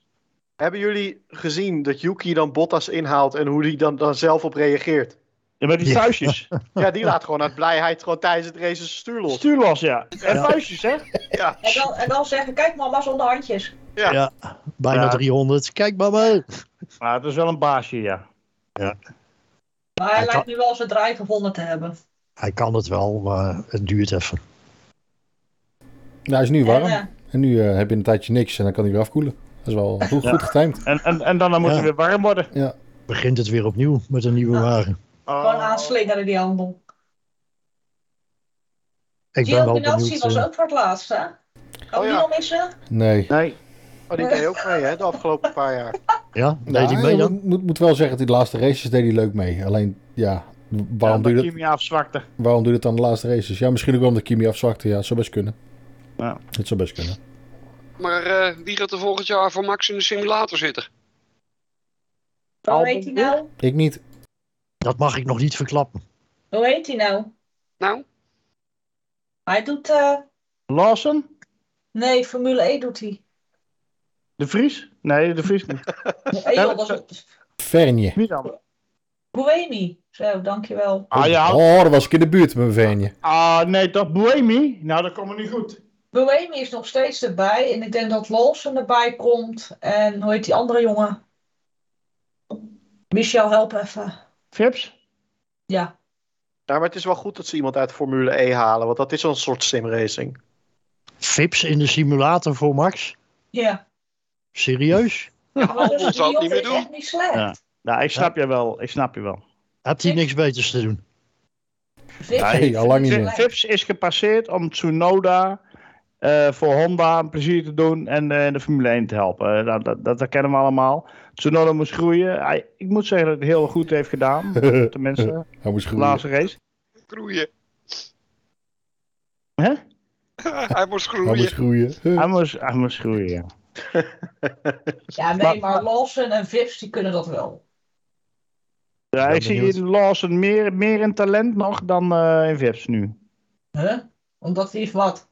S7: Hebben jullie gezien dat Yuki dan Bottas inhaalt en hoe die dan, dan zelf op reageert?
S8: Ja, met die
S11: Ja.
S4: [laughs]
S8: vuistjes.
S7: Ja, die laat gewoon uit blijheid gewoon tijdens het race zijn stuur los.
S8: Stuur los, ja. En vuistjes, hè?
S7: Ja,
S2: En dan, en dan zeggen, kijk mama zonder handjes.
S7: Ja.
S11: Ja, bijna
S8: Ja.
S11: 300. Kijk maar wel.
S8: Maar het is wel een baasje, ja.
S2: Maar hij
S11: Hij
S2: lijkt
S11: kan-
S2: nu wel zijn draai gevonden te hebben.
S11: Hij kan het wel, maar het duurt even.
S4: Nou, hij is nu warm.
S2: En, eh,
S4: En nu eh, heb je een tijdje niks en dan kan hij weer afkoelen. Dat is wel goed, goed getimed.
S8: En, en, en dan, dan moet
S11: Ja.
S8: hij weer warm worden.
S11: Begint het weer opnieuw met een nieuwe
S2: Ja.
S11: wagen.
S7: Oh,
S2: gewoon aanslingeren die handel.
S11: Ik ben wel
S2: Giovinazzi
S11: benieuwd.
S2: was
S11: eh,
S2: ook voor het laatst, hè? Kan
S7: Oh
S2: die
S7: ja.
S2: nog missen?
S4: Nee.
S8: Nee.
S7: Oh, die deed ook mee, hè, de afgelopen paar jaar.
S11: ja, deed hij
S4: Nou, Ja,
S11: mee
S4: ik
S11: dan?
S4: moet, moet, moet wel zeggen dat die laatste races deed hij leuk mee. Alleen, ja, waarom,
S8: ja,
S4: doe,
S8: dat
S4: je dat,
S8: Kimi afzwakte.
S4: waarom doe je dat dan de laatste races? Ja, misschien ook wel omdat Kimi afzwakte. Ja, het zou best kunnen.
S8: Ja.
S4: Het zou best kunnen.
S6: Maar eh, wie gaat er volgend jaar voor Max in de simulator zitten?
S2: Hoe heet hij nou?
S4: Ik niet.
S11: Dat mag ik nog niet verklappen.
S2: Hoe heet hij nou?
S6: Nou,
S2: Hij doet... eh,
S8: Lawson?
S2: nee, Formule 1 doet
S7: [laughs]
S2: hij.
S8: De Vries? Nee, de Vries niet.
S2: Eh, joh, dat is...
S4: Vernje.
S8: Wie dan?
S2: Buemi. Zo, dankjewel.
S8: Ah ja,
S4: Oh, dat was ik in de buurt met mijn Vernje.
S8: ah, nee, toch Boemi? Nou, dat komt me niet goed.
S2: Buemi is nog steeds erbij. En ik denk dat Lawson erbij komt. En hoe heet die andere jongen? Michel, help even.
S8: Vips?
S2: Ja.
S7: Ja, Nou, maar het is wel goed dat ze iemand uit Formule 1 halen, want dat is wel een soort simracing.
S11: Vips in de simulator voor Max?
S2: Ja.
S11: Serieus?
S2: Maar
S6: Albon
S2: dus
S6: zal het
S2: die
S6: niet meer
S2: jongen is echt
S6: doen.
S2: niet slecht.
S8: Ja. Nou, ik snap je wel. Ik snap je wel.
S11: Hebt hij niks beters te doen?
S2: Vips
S8: Nee,
S2: is
S4: al lang niet
S8: [laughs]
S2: slecht.
S4: meer.
S8: Vips is gepasseerd om Tsunoda eh, voor Honda een plezier te doen en eh, de Formule 1 te helpen. Eh, dat, dat, dat herkennen we allemaal. Tsunoda moest groeien. Hij, ik moet zeggen dat hij het heel goed heeft gedaan. Tenminste,
S4: Hij moest
S8: de
S4: groeien.
S8: laatste race.
S6: groeien.
S8: Hè?
S6: [laughs] Hij moest
S4: Hij moest
S6: groeien.
S4: groeien.
S8: Hij, moest, hij moest groeien, ja.
S2: Ja, nee, maar Lawson en Vips die kunnen dat wel.
S8: Ja,
S11: ben
S8: ik zie
S11: benieuwd.
S8: in Lawson meer, meer in talent nog dan eh, in Vips nu.
S2: Huh? Omdat hij heeft wat.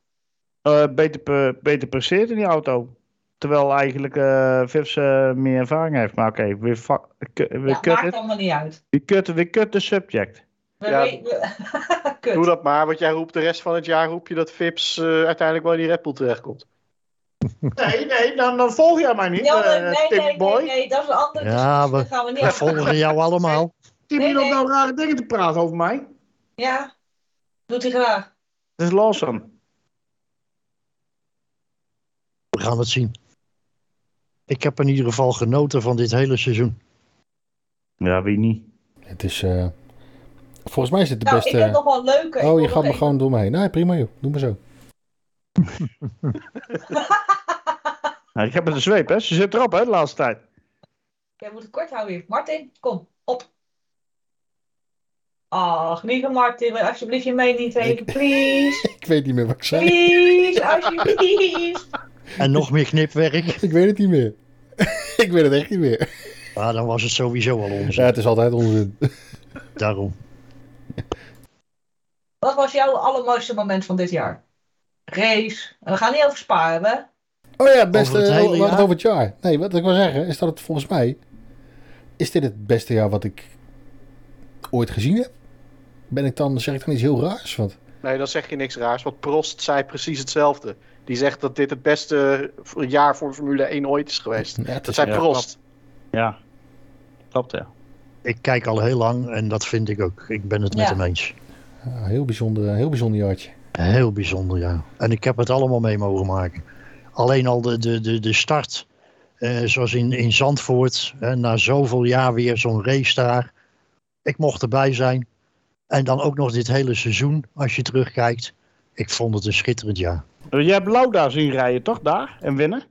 S8: Eh, beter, pre- beter presteert in die auto. Terwijl eigenlijk eh, Vips eh, meer ervaring heeft. Maar oké, we fa- ku- we
S2: Ja,
S8: cut
S2: maakt
S8: it.
S2: allemaal niet uit.
S8: We cut, we cut the subject.
S2: We
S7: Ja.
S2: we- we- [laughs] Kut.
S7: Doe dat maar, want jij roept de rest van het jaar roep je dat Vips eh, uiteindelijk wel in die Red Bull terechtkomt.
S8: Nee, nee, dan, dan volg jij mij niet,
S2: Ja, maar
S8: eh,
S2: nee, nee, nee,
S8: Tipboy.
S2: nee, dat is een andere
S11: Ja,
S2: discussie.
S11: we-
S2: Daar gaan we niet
S11: We
S2: aan.
S11: volgen jou allemaal.
S8: Die
S2: Nee,
S8: begint ook
S2: nee.
S8: nou rare dingen te praten over mij.
S2: Ja, doet hij graag.
S8: Dat is Lawson.
S11: We gaan het zien. Ik heb in ieder geval genoten van dit hele seizoen.
S8: Ja, wie niet?
S4: Het is... eh, volgens mij is het de
S2: Nou, ik
S4: beste...
S2: heb nog wel een leuke. Ik wil
S4: oh, je
S2: nog
S4: gaat me
S2: even-
S4: gewoon door me heen. Nee, prima joh. Doe maar zo. [laughs]
S8: Nou, ik heb het een zweep, hè. Ze zit erop, hè, de laatste tijd.
S2: Jij moet het kort houden hier. Martin, kom, op. Ach, lieve Martin, wil je alsjeblieft je mee niet even.
S4: [laughs]
S2: Please,
S4: Ik weet niet meer wat ik zei.
S2: please, alsjeblieft.
S11: En nog meer
S4: [laughs]
S11: knipwerk.
S4: Ik weet het niet meer. ik weet het echt niet meer.
S11: Ah, dan was het sowieso al
S4: Ja,
S11: onzin.
S4: het is altijd onzin. [laughs]
S11: Daarom.
S2: Wat was jouw allermooiste moment van dit jaar? Race. En we gaan niet over sparen, hè?
S4: Oh ja, het beste.
S11: Over het hele
S4: laat het
S11: jaar?
S4: over het jaar. Nee, wat ik wil zeggen is dat het volgens mij. Is dit het beste jaar wat ik ooit gezien heb? Ben ik dan, zeg ik dan iets heel raars? Want
S7: Nee, dan zeg je niks raars, want Prost zei precies hetzelfde. Die zegt dat dit het beste jaar voor Formule 1 ooit is geweest.
S4: ja, het
S7: Dat
S4: is,
S7: zei
S8: ja,
S7: Prost.
S8: Ja. Klopt, ja.
S11: Ik kijk al heel lang en dat vind ik ook. Ik ben het met
S2: Ja.
S11: hem eens.
S4: ja, heel bijzonder, een heel bijzonder jaartje.
S11: Heel bijzonder, ja. En ik heb het allemaal mee mogen maken. Alleen al de, de, de, de start, eh, zoals in, in Zandvoort, hè, na zoveel jaar weer zo'n race daar. Ik mocht erbij zijn. En dan ook nog dit hele seizoen, als je terugkijkt. Ik vond het een schitterend jaar.
S8: Jij hebt Lauda zien rijden, toch, daar? En winnen?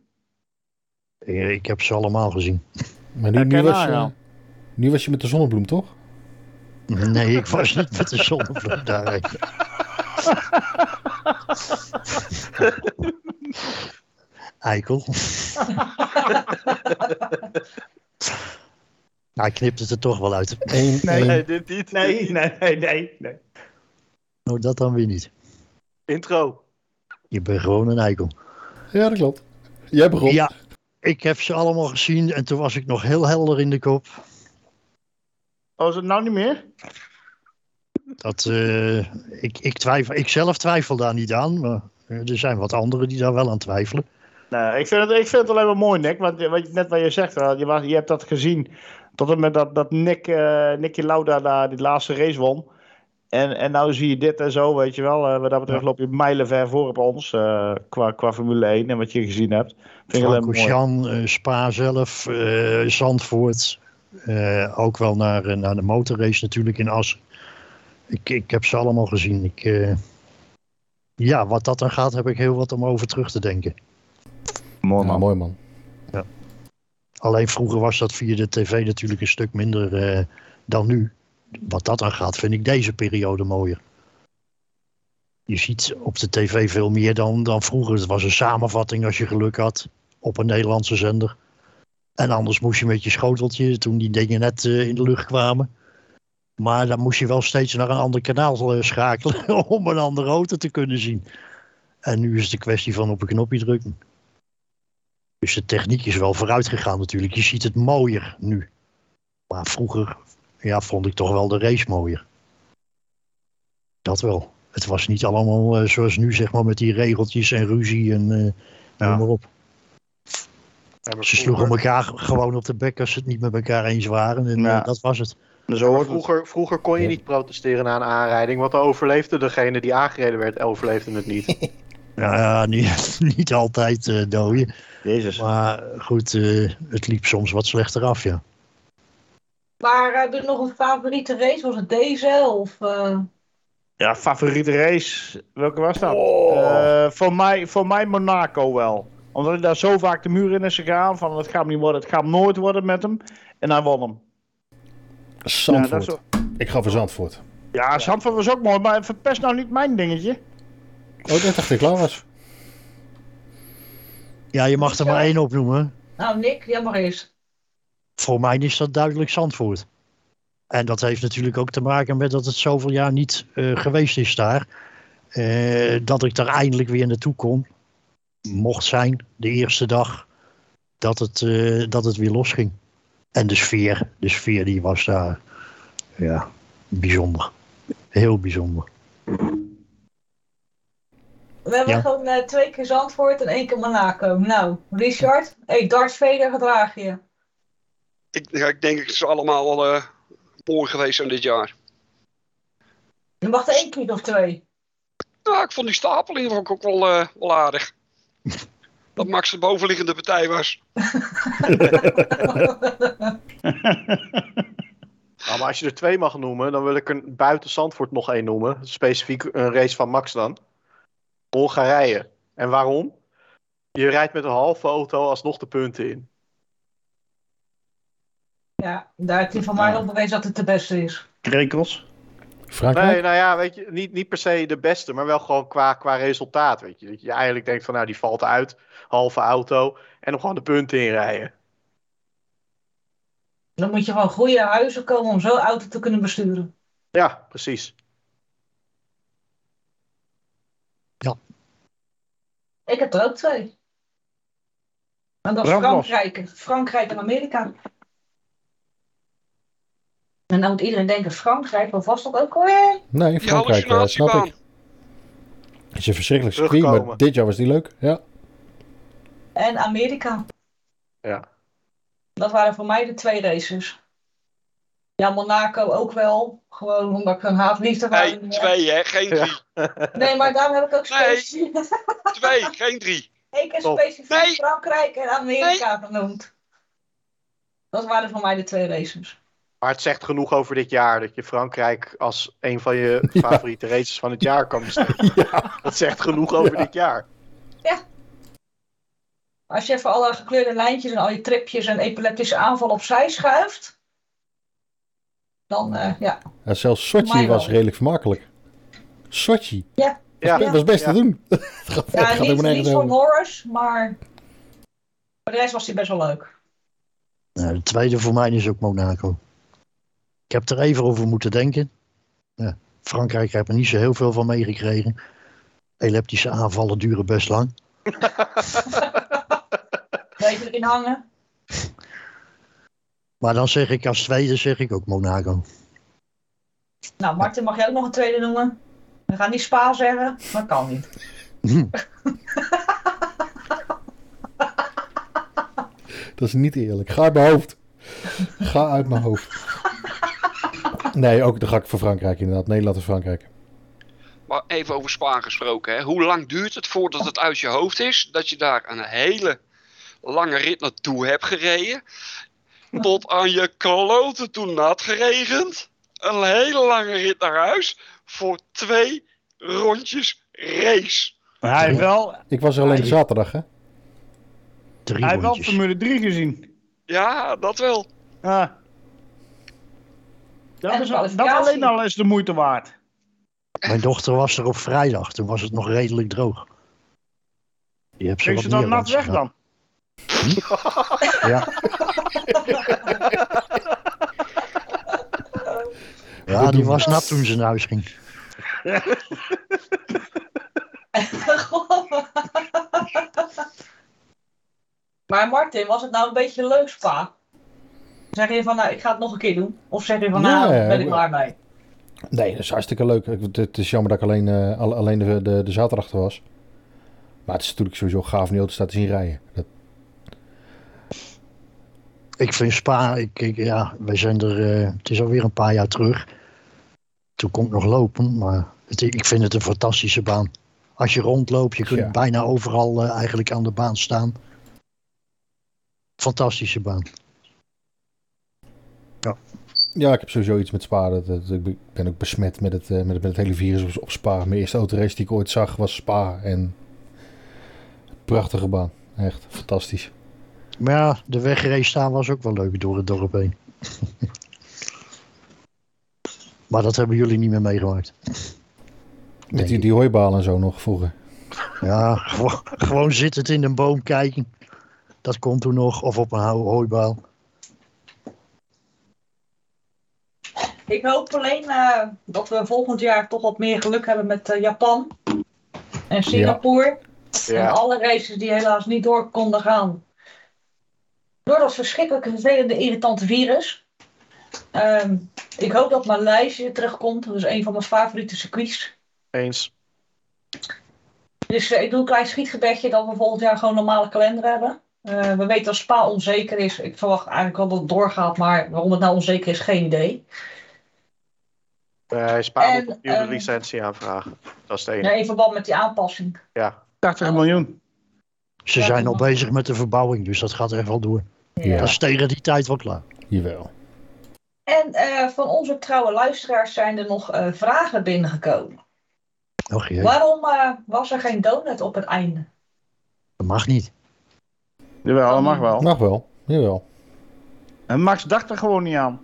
S11: Eh, Ik heb ze allemaal gezien.
S4: Maar nu,
S8: Ja,
S4: nu,
S8: ken
S4: was,
S8: haar,
S4: je-
S8: ja.
S4: nu was je met de zonnebloem, toch?
S11: Nee, ik was niet met de zonnevloed daarheen. Eikel. Hij knipt het er toch wel uit.
S4: Eén,
S8: Nee,
S4: één.
S7: Nee, dit niet.
S8: Nee, nee, nee, nee. nee.
S11: Nou, dat dan weer niet.
S7: Intro.
S11: Je bent gewoon een eikel.
S4: Ja, dat klopt. Jij begon.
S11: Ja, ik heb ze allemaal gezien en toen was ik nog heel helder in de kop.
S8: Oh, is het nou niet meer?
S11: Dat, eh, ik, ik, twijfel, ik zelf twijfel daar niet aan, maar eh, er zijn wat anderen die daar wel aan twijfelen.
S8: Nou, ik vind, het, ik vind het alleen maar mooi, Nick. Want wat, je- net wat je zegt, eh, je, was, je hebt dat gezien. Tot en met dat, dat Nick, eh, Nicky Lauda daar die laatste race won. En, en nou zie je dit en zo, weet je wel. Eh, wat dat betreft loop je mijlenver voor op ons. eh, qua, qua Formule 1 en wat je gezien hebt. Vind ik alleen maar mooi.
S11: Francorchamps, eh, Spa zelf, eh, Zandvoort. eh, ook wel naar, eh, naar de motorrace natuurlijk in Assen. Ik, ik heb ze allemaal gezien. Ik, eh, ja, wat dat dan gaat, heb ik heel wat om over terug te denken.
S8: Mooi
S4: Ja, Oh, nou, mooi man.
S11: Alleen vroeger was dat via de tv natuurlijk een stuk minder eh, dan nu. Wat dat dan gaat, vind ik deze periode mooier. Je ziet op de tv veel meer dan, dan vroeger. Het was een samenvatting als je geluk had op een Nederlandse zender. En anders moest je met je schoteltje, toen die dingen net eh, in de lucht kwamen. Maar dan moest je wel steeds naar een ander kanaal eh, schakelen [laughs] om een andere auto te kunnen zien. En nu is het een kwestie van op een knopje drukken. Dus de techniek is wel vooruit gegaan natuurlijk. Je ziet het mooier nu. Maar vroeger ja, vond ik toch wel de race mooier. Dat wel. Het was niet allemaal eh, zoals nu, zeg maar, met die regeltjes en ruzie en eh noem maar op.
S7: Ja, maar
S11: Ze
S7: vroeger-
S11: sloegen elkaar gewoon op de bek als ze het niet met elkaar eens waren. En eh,
S8: Ja.
S11: dat was het.
S8: Dus zo
S7: Maar
S8: hoort het.
S7: vroeger, vroeger kon je niet protesteren na een aanrijding, want dan overleefde degene die aangereden werd, overleefde het niet.
S11: Ja, ja, niet, [laughs] niet altijd eh dooien.
S8: Jezus.
S11: Maar goed, eh, het liep soms wat slechter af, ja.
S2: Maar heb je nog een favoriete race? Was het deze? Of, eh,
S8: Ja, favoriete race. Welke was dat?
S7: Oh.
S8: Eh, voor, mij, voor mij Monaco wel. Omdat ik daar zo vaak de muur in is gegaan. Van het gaat hem niet worden, het gaat hem nooit worden met hem. En hij won hem. Ja, dat
S4: Zandvoort.
S8: is wel-
S4: Ik ga voor Zandvoort.
S8: ja Zandvoort was ook mooi, maar verpest nou niet mijn dingetje.
S4: Oh, dat dacht ik klaar was.
S11: Ja, je mag er maar één opnoemen.
S2: nou, Nick, jij mag eens.
S11: Voor mij is dat duidelijk Zandvoort. En dat heeft natuurlijk ook te maken met dat het zoveel jaar niet eh, geweest is daar. Eh, dat ik daar eindelijk weer naartoe kon. Mocht zijn, de eerste dag, dat het, eh, dat het weer losging. En de sfeer, de sfeer die was daar, ja, bijzonder. Heel bijzonder.
S2: We hebben
S11: Ja.
S2: gewoon eh, twee keer Zandvoort en één keer Monaco. Nou, Richard, hey, Darth Vader gedraag je.
S6: Ik, ja, ik denk dat ze allemaal wel eh, mooi geweest zijn dit jaar.
S2: Je mag er één keer of twee.
S6: Nou, ik vond die stapeling vond ik ook wel, eh, wel aardig. Dat Max de bovenliggende partij was.
S7: Nou, maar als je er twee mag noemen, dan wil ik er buiten Zandvoort nog één noemen. Specifiek een race van Max dan. Hongarije. En waarom? Je rijdt met een halve auto alsnog de punten in.
S2: Ja, daar heeft hij van mij nog bewezen dat het de beste is.
S8: Krekels.
S4: Frankrijk?
S7: Nee, nou ja, weet je, niet, niet per se de beste, maar wel gewoon qua, qua resultaat. Weet je. Dat je eigenlijk denkt van, nou, die valt uit, halve auto, en dan gewoon de punten inrijden.
S2: Dan moet je gewoon goede huizen komen om zo'n auto te kunnen besturen.
S7: Ja, precies.
S2: Ik heb er ook twee. En dat is
S8: Brand los.
S2: Frankrijk, Frankrijk en Amerika. En dan moet iedereen denken, Frankrijk, maar vast dat ook alweer?
S4: Nee,
S6: Die
S4: Frankrijk, eh, snap
S6: hallucinatiebaan.
S4: ik. Het is een verschrikkelijk circuit, maar
S7: Terugkomen.
S4: dit jaar was die leuk. Ja.
S2: En Amerika.
S7: Ja.
S2: Dat waren voor mij de twee races. Ja, Monaco ook wel. Gewoon omdat ik een haatliefde
S6: Nee,
S2: had.
S6: twee hè, geen drie.
S2: Nee, maar daarom heb ik ook
S6: Nee.
S2: specifiek,
S6: Twee, geen drie.
S2: ik heb
S7: Top.
S2: specifiek
S6: Nee.
S2: Frankrijk en Amerika genoemd. Dat waren voor mij de twee races.
S7: Maar het zegt genoeg over dit jaar dat je Frankrijk als een van je
S4: Ja.
S7: favoriete races van het jaar kan bestellen. Dat zegt genoeg over dit jaar.
S2: Als je even alle gekleurde lijntjes en al je tripjes en epileptische aanval opzij schuift. Dan, eh, ja.
S4: En zelfs
S2: Voor mij
S4: Sochi
S2: wel.
S4: was redelijk vermakelijk. Sochi.
S7: Ja.
S4: Dat was best
S7: Ja.
S4: te doen. [laughs] Het gaat, het
S2: ja
S4: gaat
S2: niet,
S4: helemaal
S2: niet
S4: nergens
S2: voor
S4: over.
S2: Norris, maar voor de rest was hij best wel leuk.
S11: Nou, de tweede voor mij is ook Monaco. Ik heb er even over moeten denken. Ja, Frankrijk heb er niet zo heel veel van meegekregen. Elliptische aanvallen duren best lang.
S2: Weet je erin hangen?
S11: Maar dan zeg ik als tweede zeg ik ook Monaco.
S2: Nou, Martin, mag jij ook nog een tweede noemen? We gaan niet Spa zeggen, maar kan niet.
S4: Dat is niet eerlijk. Ga uit mijn hoofd. Ga uit mijn hoofd. Nee, ook dan ga ik voor Frankrijk inderdaad. Nederland en Frankrijk.
S6: Maar even over Spa gesproken. Hè. Hoe lang duurt het voordat het uit je hoofd is dat je daar een hele lange rit naartoe hebt gereden? Tot aan je kloten toen nat geregend. Een hele lange rit naar huis voor twee rondjes race.
S8: Hij heeft wel,
S4: Ik was er alleen zaterdag, hè?
S11: Drie
S8: hij heeft wel
S11: rondjes.
S8: Formule 3 gezien.
S6: Ja, dat wel.
S8: Ja.
S2: En
S8: Dat,
S2: de
S8: is, dat
S2: kwalificatie.
S8: alleen al is de moeite waard.
S11: Mijn dochter was er op vrijdag. Toen was het nog redelijk droog. Je hebt ze
S8: Kreeg
S11: wat
S8: ze dan
S11: meer
S8: nat
S11: wensen
S8: weg
S11: gedaan.
S8: dan?
S4: Ja.
S8: [laughs]
S11: Ja, die was nat toen ze naar huis ging.
S2: [laughs] maar Martin, was het nou een beetje leuk, pa? Zeg je van, nou, ik ga het nog een keer doen? Of zeg je van, nou,
S4: Nee,
S2: ben ik
S4: we-
S2: klaar mee?
S4: Nee, dat is hartstikke leuk. Ik- Het, het is jammer dat ik alleen, eh, alle- alleen de, de, de zaterdag er was. Maar het is natuurlijk sowieso gaaf om die auto te laten zien rijden. Dat,
S11: Ik vind Spa, ik, ik- ja, wij zijn er, eh, het is alweer een paar jaar terug. Toen kon ik nog lopen, maar het, ik vind het een fantastische baan. Als je rondloopt, je kunt
S4: Ja.
S11: bijna overal eh, eigenlijk aan de baan staan. Fantastische baan.
S4: ja, ik heb sowieso iets met Spa. Dat, dat- ik ben ook besmet met het, eh, met, het- met het hele virus op, op Spa. Mijn eerste autorace die ik ooit zag was Spa. En prachtige baan. Echt fantastisch.
S11: Maar ja, de wegrace staan was ook wel leuk door het dorp heen. [laughs] maar dat hebben jullie niet meer meegemaakt.
S4: Met
S11: Denk
S4: die,
S11: ik.
S4: die hooibalen en zo nog vroeger.
S11: Ja, [laughs] gewoon, gewoon zittend in een boom kijken. Dat komt toen nog. Of op een hou- hooibaal.
S2: Ik hoop alleen eh, dat we volgend jaar toch wat meer geluk hebben met eh, Japan en Singapore. En alle races die helaas niet door konden gaan. Door dat verschrikkelijke vervelende irritante virus. Ehm, ik hoop dat Maleisië terugkomt. Dat is een van mijn favoriete circuits.
S7: Eens.
S2: Dus eh, ik doe een klein schietgebedje dat we volgend jaar gewoon een normale kalender hebben. Eh, we weten dat Spa onzeker is. Ik verwacht eigenlijk wel dat het doorgaat, maar waarom het nou onzeker is, geen idee.
S7: Bij Spa
S2: En,
S7: moet opnieuw de
S2: eh,
S7: licentie aanvragen. Dat is het enige.
S2: Ja, in verband met die aanpassing.
S8: 80 miljoen.
S11: Ze
S2: Ja,
S11: zijn al
S2: dat mag.
S11: bezig met de verbouwing, dus dat gaat echt wel door. Dat is tegen die tijd wel klaar.
S4: Jawel.
S2: En eh, van onze trouwe luisteraars zijn er nog eh, vragen binnengekomen.
S11: Och jee,
S2: Waarom eh, was er geen donut op het einde?
S11: dat mag niet.
S8: Jawel, dat mag wel.
S4: Mag wel. Jawel.
S8: En Max dacht er gewoon niet aan.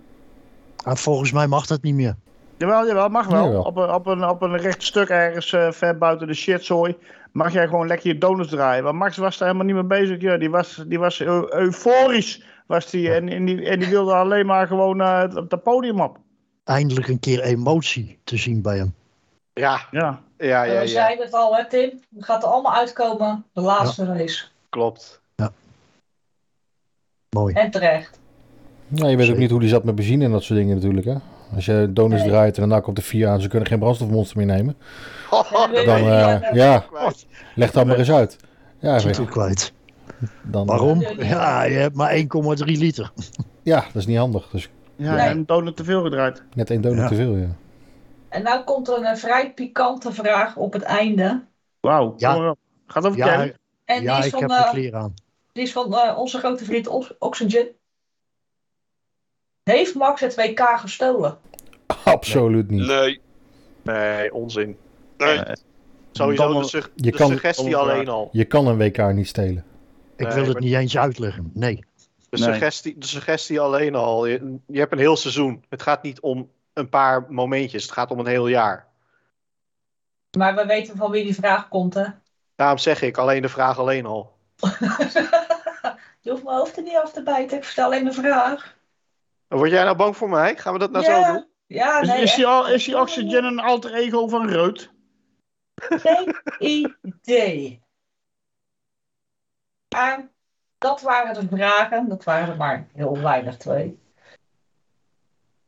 S11: Ah, volgens mij mag dat niet meer.
S8: Jawel, jawel, mag wel.
S4: Jawel.
S8: Op, een, op, een, op een recht stuk ergens eh, ver buiten de shitzooi mag jij gewoon lekker je donuts draaien. Want Max was daar helemaal niet mee bezig. Ja, die was, die was eu- euforisch. Was die, en, en, die, en die wilde alleen maar gewoon eh, het- op dat podium op.
S11: Eindelijk een keer emotie te zien bij hem.
S7: Ja,
S8: Ja.
S7: ja,
S2: We
S7: ja, ja.
S2: zeiden het al, hè, Tim? Het gaat er allemaal uitkomen. De laatste race.
S7: Klopt.
S11: Mooi.
S2: En terecht.
S4: Ja, je weet ook
S11: Zeker.
S4: niet hoe die zat met benzine en dat soort dingen natuurlijk. Hè? Als je donuts
S2: Nee.
S4: draait en daarna komt de Fiat aan, ze kunnen geen brandstofmonster meer nemen.
S7: [laughs]
S2: En we-
S4: Dan,
S2: ja,
S4: eh, ja,
S7: Kwijt.
S4: leg dat maar eens uit. Ja,
S11: Titel kwijt.
S4: dan,
S11: Waarom?
S2: Ja.
S11: Ja, je hebt maar 1,3 liter.
S4: Ja, dat is niet handig. Dus
S8: Ja,
S2: Nee.
S8: en donut te veel gedraaid.
S4: net één donut
S11: Ja.
S4: te veel, ja.
S2: En nou komt er een eh, vrij pikante vraag op het einde.
S8: Wauw.
S11: Ja.
S8: kom maar op. Gaat over
S11: Ja,
S8: Ken.
S2: En
S11: ja
S2: die
S11: ik
S2: is
S11: heb
S2: van,
S11: de
S2: eh,
S11: kleren aan.
S2: die is van eh, onze grote vriend Ox- Oxygen. Heeft Max het WK gestolen?
S4: [laughs] Absoluut niet.
S6: Nee.
S7: Nee, onzin. Eh,
S6: nee.
S7: Sowieso
S8: Domme-
S7: de, sug-
S4: je
S7: de
S4: kan-
S7: suggestie
S8: domme
S7: alleen al.
S4: Je kan een WK niet stelen.
S11: Ik
S7: Nee,
S11: wil het
S7: maar-
S11: niet eens uitleggen. Nee.
S7: De,
S8: Nee.
S7: suggestie, de suggestie alleen al. Je, je hebt een heel seizoen. Het gaat niet om een paar momentjes. Het gaat om een heel jaar.
S2: Maar we weten van wie die vraag komt, hè? [laughs]
S7: Daarom zeg ik alleen de vraag alleen al.
S2: Je hoeft mijn hoofd er niet af te bijten. Ik vertel alleen de vraag.
S7: Word jij nou bang voor mij? Gaan we dat nou
S2: ja.
S7: zo doen?
S2: Ja,
S8: Is,
S2: nee.
S8: is, die,
S2: echt.
S8: al- is die Oxygen een alter ego van Reut?
S2: Geen idee. Maar dat waren de vragen. Dat waren er maar heel weinig twee.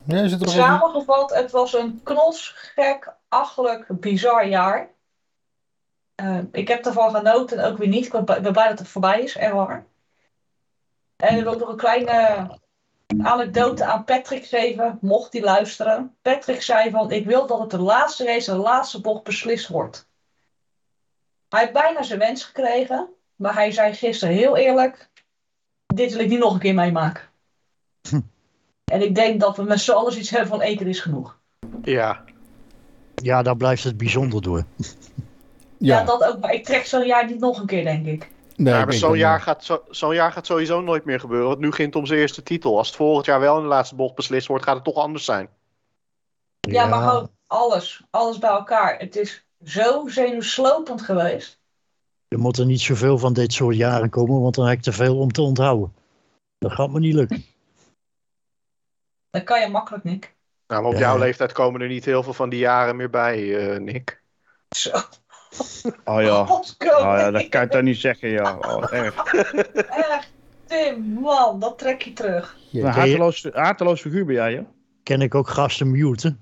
S4: Nee, zit er nog even...
S2: Samengevat, het was een gek, achterlijk, bizar jaar. Eh, ik heb ervan genoten en ook weer niet. Ik ben blij- ben blij dat het voorbij is, echt waar. En ik wil nog een kleine anekdote aan Patrick geven, mocht hij luisteren. Patrick zei van, ik wil dat het de laatste race, de laatste bocht beslist wordt. Hij heeft bijna zijn wens gekregen, maar hij zei gisteren heel eerlijk, dit wil ik niet nog een keer meemaken.
S11: Hm.
S2: En ik denk dat we met z'n allen iets hebben van één keer is genoeg.
S7: Ja.
S11: Ja, daar blijft het bijzonder door.
S2: Ja,
S4: Ja,
S2: dat ook. Maar ik trek zo'n jaar niet nog een keer, denk ik.
S4: nee,
S7: Ja,
S4: ik
S7: maar
S4: denk
S7: zo'n
S4: dat-
S7: jaar, gaat zo, zo'n jaar gaat sowieso nooit meer gebeuren. Want nu ging het om zijn eerste titel. Als het volgend jaar wel in de laatste bocht beslist wordt, gaat het toch anders zijn.
S2: Ja, maar gewoon alles. Alles bij elkaar. Het is zo zenuwslopend geweest.
S11: Je moet er niet zoveel van dit soort jaren komen, want dan heb ik te veel om te onthouden. Dat gaat me niet lukken.
S2: Dat kan je makkelijk, Nick.
S7: Nou, maar op
S11: Ja.
S7: jouw leeftijd komen er niet heel veel van die jaren meer bij, eh, Nick.
S2: Zo.
S10: Oh
S2: [laughs]
S10: ja. Oh
S8: ja, dat kan je toch niet zeggen, ja. Oh, erg.
S2: Echt, Tim, man, dat trek je terug. [laughs]
S8: Een harteloos, harteloos figuur ben jij, joh.
S11: Ken ik ook gasten muten?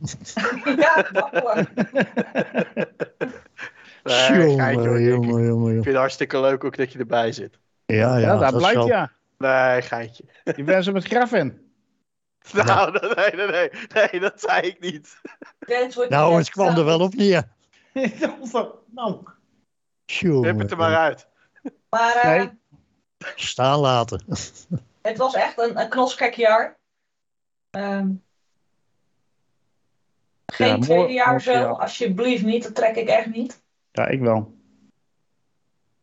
S2: Ja, makkelijk.
S7: Nee, geintje hoor,
S11: jongen,
S7: Nick.
S11: jongen,
S7: Ik
S11: jongen, jongen.
S7: vind het hartstikke leuk ook dat je erbij zit.
S11: Ja, ja,
S8: Ja, dat blijkt,
S11: zal-
S8: ja.
S7: Nee,
S4: [laughs]
S7: geintje.
S8: Je bent ze met graf in.
S7: Nou, nee, nee, nee, nee, dat zei ik niet.
S2: Dennis wordt
S11: Nou,
S2: niet
S11: het kwam er wel op neer.
S8: nou.
S7: Heb het er maar
S11: Jongen,
S7: uit.
S2: Maar eh,
S8: Nee.
S11: eh, staan laten. [laughs]
S2: het was echt een, een knotsgek jaar. Ehm, geen
S8: Ja, mooi-
S2: tweede jaar
S8: mooi
S2: zo,
S8: jaar.
S2: alsjeblieft niet, dat trek ik echt niet.
S8: Ja, ik wel.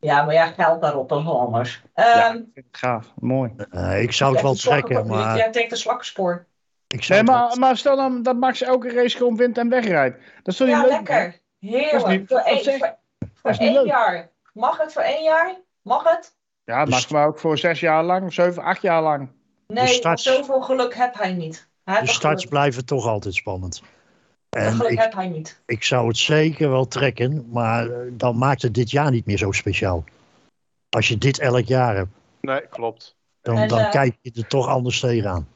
S2: Ja, maar ja, geld daarop, dat is wel anders. Ehm,
S8: Ja, ik vind het gaaf. Mooi.
S11: Eh, ik zou het wel trekken, maar...
S2: Jij trekt een slakkenspoor.
S11: Ik zou
S8: Nee,
S11: het
S8: maar, maar stel dan dat Max elke race gewoon wint en wegrijdt. Dat zul je
S2: Ja,
S8: leuk vinden.
S2: lekker.
S8: Dat is
S2: Heerlijk.
S8: niet-
S2: Voor
S8: dat
S2: één,
S8: zeg-
S2: voor, voor
S8: dat is niet
S2: één
S8: leuk.
S2: jaar. Mag het voor één jaar? Mag het?
S8: Ja, dat
S11: Dus-
S8: mag maar ook voor zes jaar lang, zeven, acht jaar lang.
S2: Nee, want
S11: starts-
S2: zoveel geluk heb hij niet. Hij
S11: De
S2: heeft
S11: starts
S2: geluk.
S11: blijven toch altijd spannend.
S2: Dat
S11: En
S2: geluk
S11: ik,
S2: heb hij niet.
S11: ik zou het zeker wel trekken, maar eh, dan maakt het dit jaar niet meer zo speciaal. Als je dit elk jaar hebt,
S7: Nee, klopt.
S11: dan,
S2: En,
S11: dan
S2: eh,
S11: kijk je er toch anders tegenaan.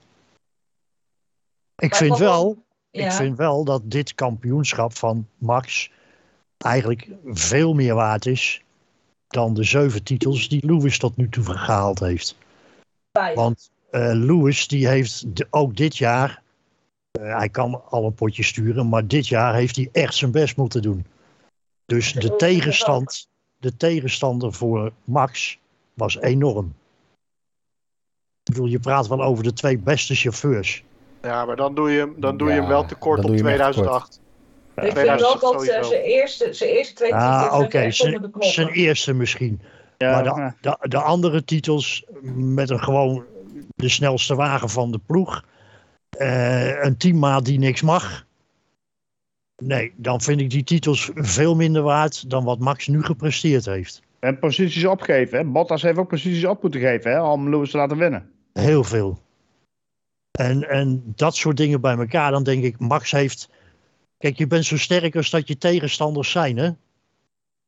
S11: Ik
S2: Maar
S11: vind
S2: wat dan?
S11: wel,
S2: Ja.
S11: ik vind wel dat dit kampioenschap van Max eigenlijk veel meer waard is dan de zeven titels die Lewis tot nu toe gehaald heeft.
S2: Vijf.
S11: Want eh, Lewis die heeft de- ook dit jaar, eh, hij kan al een potje sturen, maar dit jaar heeft hij echt zijn best moeten doen. Dus
S2: is
S11: de
S2: ook.
S11: tegenstand, de tegenstander voor Max was enorm. Ik bedoel, je praat wel over de twee beste chauffeurs.
S7: Ja, maar dan doe je hem, dan doe je hem
S4: Ja,
S7: wel tekort
S4: dan
S7: op
S4: doe je hem echt
S7: 2008.
S2: ik vind wel
S7: 2000
S2: dat eh,
S7: sowieso.
S2: zijn eerste, zijn eerste twee
S11: Ah,
S2: titels
S11: oké,
S2: zijn echt onder
S11: zijn
S2: de knoppen.
S11: zijn eerste misschien.
S8: Ja, eh,
S11: Maar
S8: ja.
S11: de, de, de andere titels met een gewoon de snelste wagen van de ploeg. eh, een teammaat die niks mag. Nee, dan vind ik die titels veel minder waard dan wat Max nu gepresteerd heeft.
S8: En posities opgeven. Hè. Bottas heeft ook posities op moeten geven hè, om Lewis te laten winnen.
S11: Heel veel. En, en dat soort dingen bij elkaar, dan denk ik, Max heeft. Kijk, je bent zo sterk als dat je tegenstanders zijn, hè?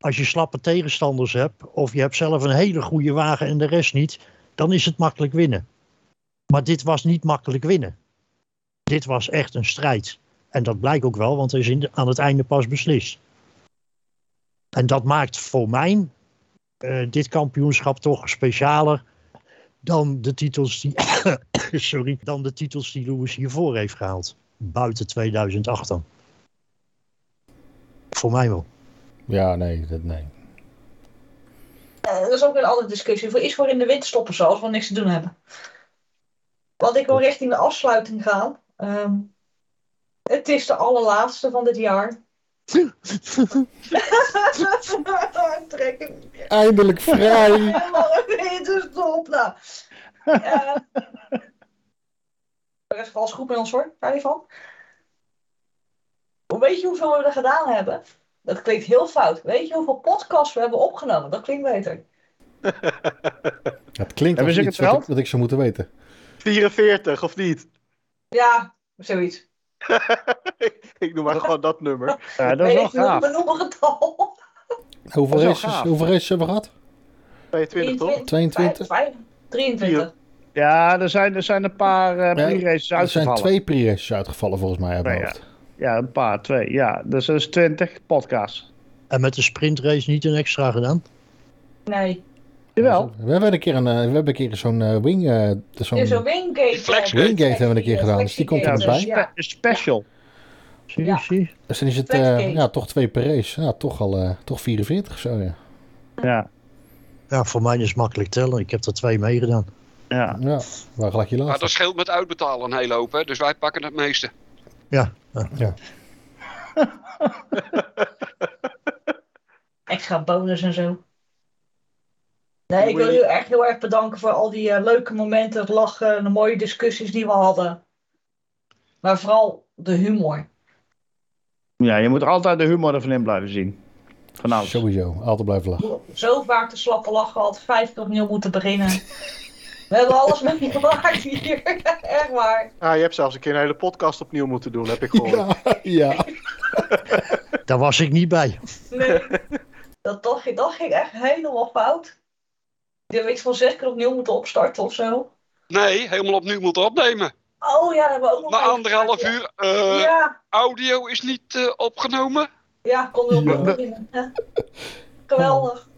S11: Als je slappe tegenstanders hebt, of je hebt zelf een hele goede wagen en de rest niet, dan is het makkelijk winnen. Maar dit was niet makkelijk winnen. Dit was echt een strijd. En dat blijkt ook wel, want er is in de- aan het einde pas beslist. En dat maakt voor mij eh, dit kampioenschap toch specialer dan de titels die, [coughs] sorry, dan de titels die Lewis hiervoor heeft gehaald. Buiten 2008 dan. Voor mij
S2: [laughs]
S11: wel.
S4: Ja, nee, dat, nee.
S2: Eh, dat is ook een andere discussie. Voor iets voor in de winter stoppen ze als we niks te doen hebben. Want ik wil richting de afsluiting gaan. Ehm, het is de allerlaatste van dit jaar.
S8: [laughs]
S2: Trek ik
S4: Eindelijk vrij.
S8: [laughs]
S2: helemaal in de stop. Nou. Eh, er is alles goed met ons hoor, daar niet van. Weet je hoeveel we er gedaan hebben? Dat klinkt heel fout. Weet je hoeveel podcasts we hebben opgenomen? Dat klinkt beter.
S4: Het klinkt als
S8: Hebben ze
S4: iets wat
S8: geteld?
S4: ik, wat ik zou moeten weten.
S7: 44, of niet?
S2: Ja, zoiets.
S7: ik noem maar gewoon dat nummer.
S8: Ja, dat is wel
S2: Weet je,
S8: gaaf.
S2: we noemen het al.
S4: Hoeveel
S8: Dat is wel
S4: races,
S8: gaaf.
S4: hoeveel races hebben we gehad?
S7: 22, toch?
S4: 22?
S2: 23.
S8: Ja, er zijn, er zijn een paar eh pre-races
S4: Er zijn
S8: uitgevallen.
S4: twee pre-races uitgevallen volgens mij uit mijn
S8: Ja, ja.
S4: hoofd.
S8: Ja, een paar, twee. Ja, dus dat is 20 podcasts.
S11: En met de sprintrace niet een extra gedaan.
S2: Nee.
S8: Jawel.
S4: We hebben een keer, een, eh, we hebben een keer zo'n eh, wing... eh, zo'n
S8: Oh.
S2: Dus een wingate.
S6: Flexgate.
S4: Wingate hebben we een keer gedaan, dus die komt er
S8: Ja,
S4: nog bij.
S8: een spe- een special.
S11: Zie je,
S2: Ja.
S11: zie je?
S4: Dus dan is het eh,
S2: Flexgate.
S4: ja, toch twee per race. Ja, toch al eh, toch 44 of zo, ja.
S8: Ja,
S11: Ja, voor mij is het makkelijk tellen. Ik heb er twee meegedaan.
S8: ja.
S4: Ja, waar gelijk je
S6: Maar
S4: laatst.
S6: dat scheelt met uitbetalen een hele hoop, hè? dus wij pakken het meeste.
S11: Ja, ja.
S2: extra bonus en zo. Nee, ik wil jullie echt heel erg bedanken voor al die eh, leuke momenten, het lachen en de mooie discussies die we hadden. Maar vooral de humor.
S8: ja, je moet er altijd de humor ervan in blijven zien.
S9: Vanouds.
S4: Sowieso, altijd blijven
S7: [laughs]
S4: lachen.
S2: Zo vaak de slappe lach gehad, 50 opnieuw moeten beginnen. We hebben alles meegemaakt hier. [laughs] Echt waar.
S7: Ah, je hebt zelfs een keer een hele podcast opnieuw moeten doen, heb ik gehoord.
S4: ja.
S11: Daar was ik niet bij.
S2: Nee. Dat, dat, ging- dat ging echt helemaal fout. Die hebben iets van zes keer opnieuw moeten opstarten of zo.
S6: Nee, helemaal opnieuw moeten opnemen.
S2: Oh ja, dat hebben we ook nog.
S6: Na
S2: even-
S6: anderhalf uur, eh,
S2: Ja,
S6: audio is niet eh, opgenomen.
S2: ja, kon heel
S4: Ja.
S2: goed beginnen. Ja. Geweldig.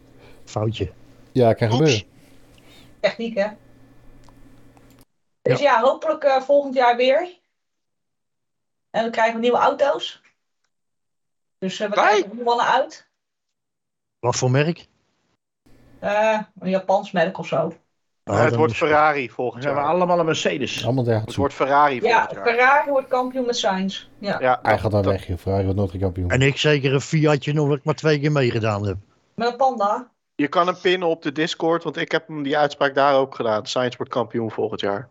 S11: Foutje.
S4: Ja, kan
S6: Oeps.
S4: gebeuren.
S2: Techniek, hè? Dus ja, hopelijk eh, volgend jaar weer. En we krijgen nieuwe auto's. Dus eh, we
S6: Wij?
S2: kijken er mannen uit.
S11: Wat voor merk?
S2: Eh, een Japans merk of zo.
S11: Ah,
S7: het
S11: dan
S7: wordt
S11: is-
S7: Ferrari
S8: Dan
S7: volgend
S8: zijn we
S7: jaar.
S8: allemaal een Mercedes.
S4: Allemaal daar
S7: Het wordt Ferrari
S2: Ja,
S7: volgend jaar.
S2: Ferrari wordt kampioen met Sainz. Ja.
S7: Ja,
S4: Hij gaat daar
S7: dat-
S4: weg, joh. Ferrari wordt nooit geen kampioen.
S11: En ik zeker een Fiatje nog wat ik maar twee keer meegedaan heb.
S2: Met een Panda.
S7: Je kan hem pinnen op de Discord, want ik heb hem die uitspraak daar ook gedaan. Sainz wordt kampioen volgend jaar.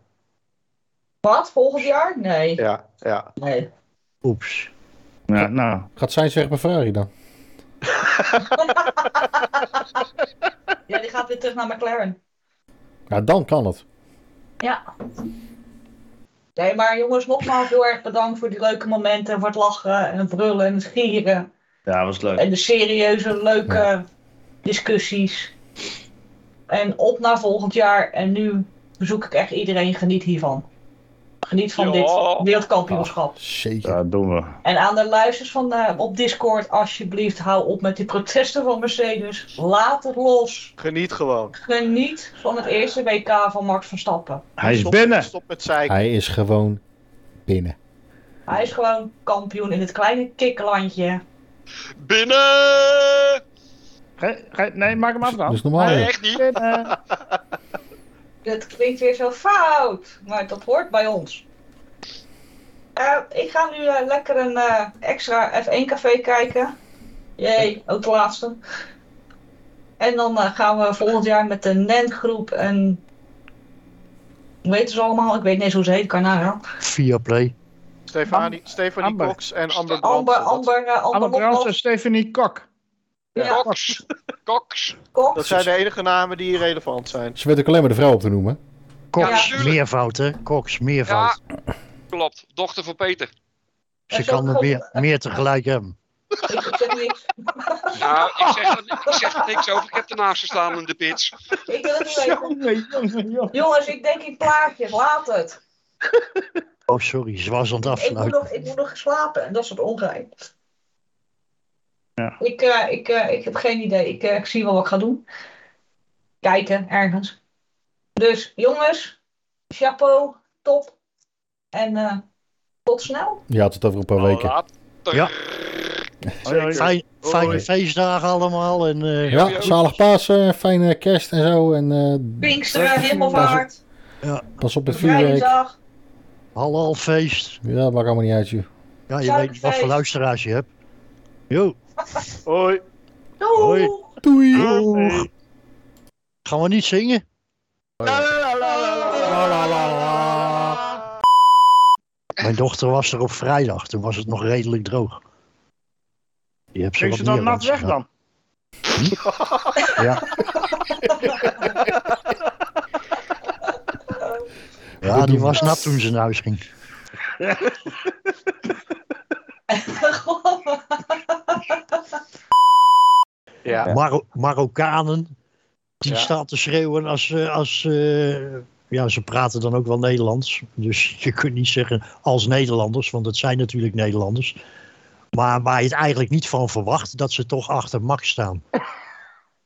S2: Wat? Volgend jaar? Nee.
S7: Ja, ja.
S2: Nee.
S11: Oeps.
S9: Ja, nou,
S4: Gaat Sainz weg bij Ferrari dan?
S2: Ja, die gaat weer terug naar McLaren.
S4: Nou, dan kan het.
S2: Nee, maar jongens, nogmaals heel erg bedankt voor die leuke momenten. Voor het lachen en het brullen en het gieren.
S9: ja, was leuk.
S2: En de serieuze, leuke discussies. En op naar volgend jaar. En nu verzoek ik echt iedereen, geniet hiervan. Geniet van
S6: Ja.
S2: dit wereldkampioenschap.
S4: Zeker.
S9: Dat doen we.
S2: En aan de luisters van, eh, op Discord, alsjeblieft, hou op met die protesten van Mercedes. Laat het los.
S7: Geniet gewoon.
S2: Geniet van het eerste WK van Max Verstappen.
S9: Hij is
S7: Stop-
S9: binnen.
S7: Stop met zeiken.
S4: Hij is gewoon binnen.
S2: Hij is gewoon kampioen in het kleine kikkerlandje.
S6: Binnen!
S9: Ga- ga- Nee, maak hem af
S4: Dat
S9: dan.
S4: is normaal.
S6: Nee,
S4: joh.
S6: echt niet.
S9: Binnen.
S2: Dat klinkt weer zo fout, maar dat hoort bij ons. Eh, ik ga nu eh, lekker een eh, extra F1-café kijken. Jee, ook de laatste. En dan eh, gaan we volgend jaar met de NEN-groep en... Hoe heet ze allemaal? Ik weet niet eens hoe ze heet, Carnara.
S11: Via Play.
S7: Stefanie, Stefanie
S9: Amber.
S7: Cox en
S2: Amber,
S7: Amber Brandsen. Dat-
S2: Amber, eh, Amber,
S9: Anne Brans en
S2: Lophoff.
S9: Stephanie Kok.
S2: Ja,
S6: [laughs] Cox. Cox.
S2: Cox.
S7: Dat zijn de enige namen die relevant zijn.
S4: Ze werd ook alleen maar de vrouw op te noemen.
S11: Cox,
S6: Ja, tuurlijk.
S11: meervoud hè? Cox, meervoud.
S6: Ja, klopt. Dochter van Peter.
S11: Ze
S2: is ook
S11: kan er
S2: goed.
S11: meer, meer tegelijk hebben.
S2: Ik zeg niks.
S6: Nou, ik zeg, er- ik zeg er niks over. Ik heb ernaast gestaan in de pits.
S2: Ik [laughs] wil het niet weten.
S9: [laughs] Jongen, jongen, jongen.
S2: Jongens, ik denk in plaatjes. Laat het.
S11: Oh, sorry, ze was aan het
S2: Ik moet,
S11: afsluiten.
S2: nog, ik moet nog slapen en dat is het onrein. Ik, eh, ik, eh, ik heb geen idee. Ik, eh, ik zie wel wat ik ga doen. Kijken ergens. Dus jongens, chapeau, top. En eh, tot snel.
S4: Je had het over een
S7: Nou,
S4: paar weken.
S6: Later.
S11: Ja.
S9: Hoi, hoi.
S11: Fijn, fijne
S7: Hoi.
S11: feestdagen allemaal. En, eh,
S4: Ja, zalig Pasen, fijne kerst en zo. En eh,
S2: Pinksteren, hemelvaart,
S4: pas op het vuurwerk.
S2: vrijdag.
S11: halal feest.
S4: Ja, dat maakt allemaal niet uit, joh.
S11: Ja, je weet
S2: Suikerfeest.
S11: niet wat voor luisteraars je hebt. Jo,
S7: Hoi.
S2: Doei!
S11: Hoi.
S4: Doei!
S11: gaan we niet zingen? Mijn dochter was er op vrijdag, toen was het nog redelijk droog. Je hebt ze
S9: Ging
S11: wat
S9: ze dan
S11: meer
S9: nat weg
S11: uitgegaan.
S9: dan? [laughs]
S11: Ja, die was nat toen ze naar huis ging.
S2: [laughs]
S7: Ja.
S11: Maro- Marokkanen, die
S7: Ja.
S11: staan te schreeuwen als... eh, als eh, ja, ze praten dan ook wel Nederlands. Dus je kunt niet zeggen als Nederlanders, want het zijn natuurlijk Nederlanders. Maar waar je het eigenlijk niet van verwacht, dat ze toch achter
S7: [laughs]
S11: Max staan.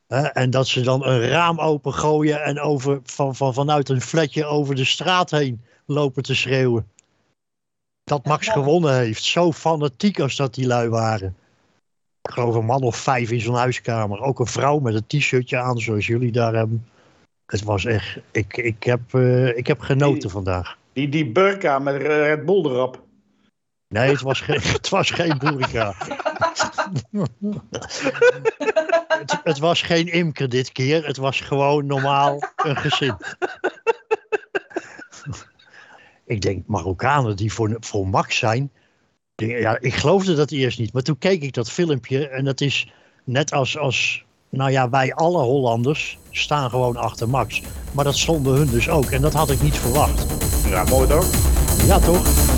S11: Hè, en dat ze dan een raam opengooien en over, van, van, vanuit een flatje over de straat heen lopen te schreeuwen. Dat Max
S2: Ja.
S11: gewonnen heeft. Zo fanatiek als dat die lui waren. Ik geloof een man of vijf in zo'n huiskamer. Ook een vrouw met een t-shirtje aan, zoals jullie daar hebben. Het was echt. Ik, ik, heb, eh, ik heb genoten vandaag.
S8: Die, die burka met Red Bull erop.
S11: Nee, het was, geen [laughs] het was geen boerica. het, het was geen imker dit keer. Het was gewoon normaal een gezin. ik denk Marokkanen die voor, voor Max zijn. die- ja, ik geloofde dat eerst niet. Maar toen keek ik dat filmpje. En dat is net als, als, nou ja, wij alle Hollanders staan gewoon achter Max. Maar dat stonden hun dus ook en dat had ik niet verwacht.
S8: Ja, mooi toch?
S11: Ja, toch?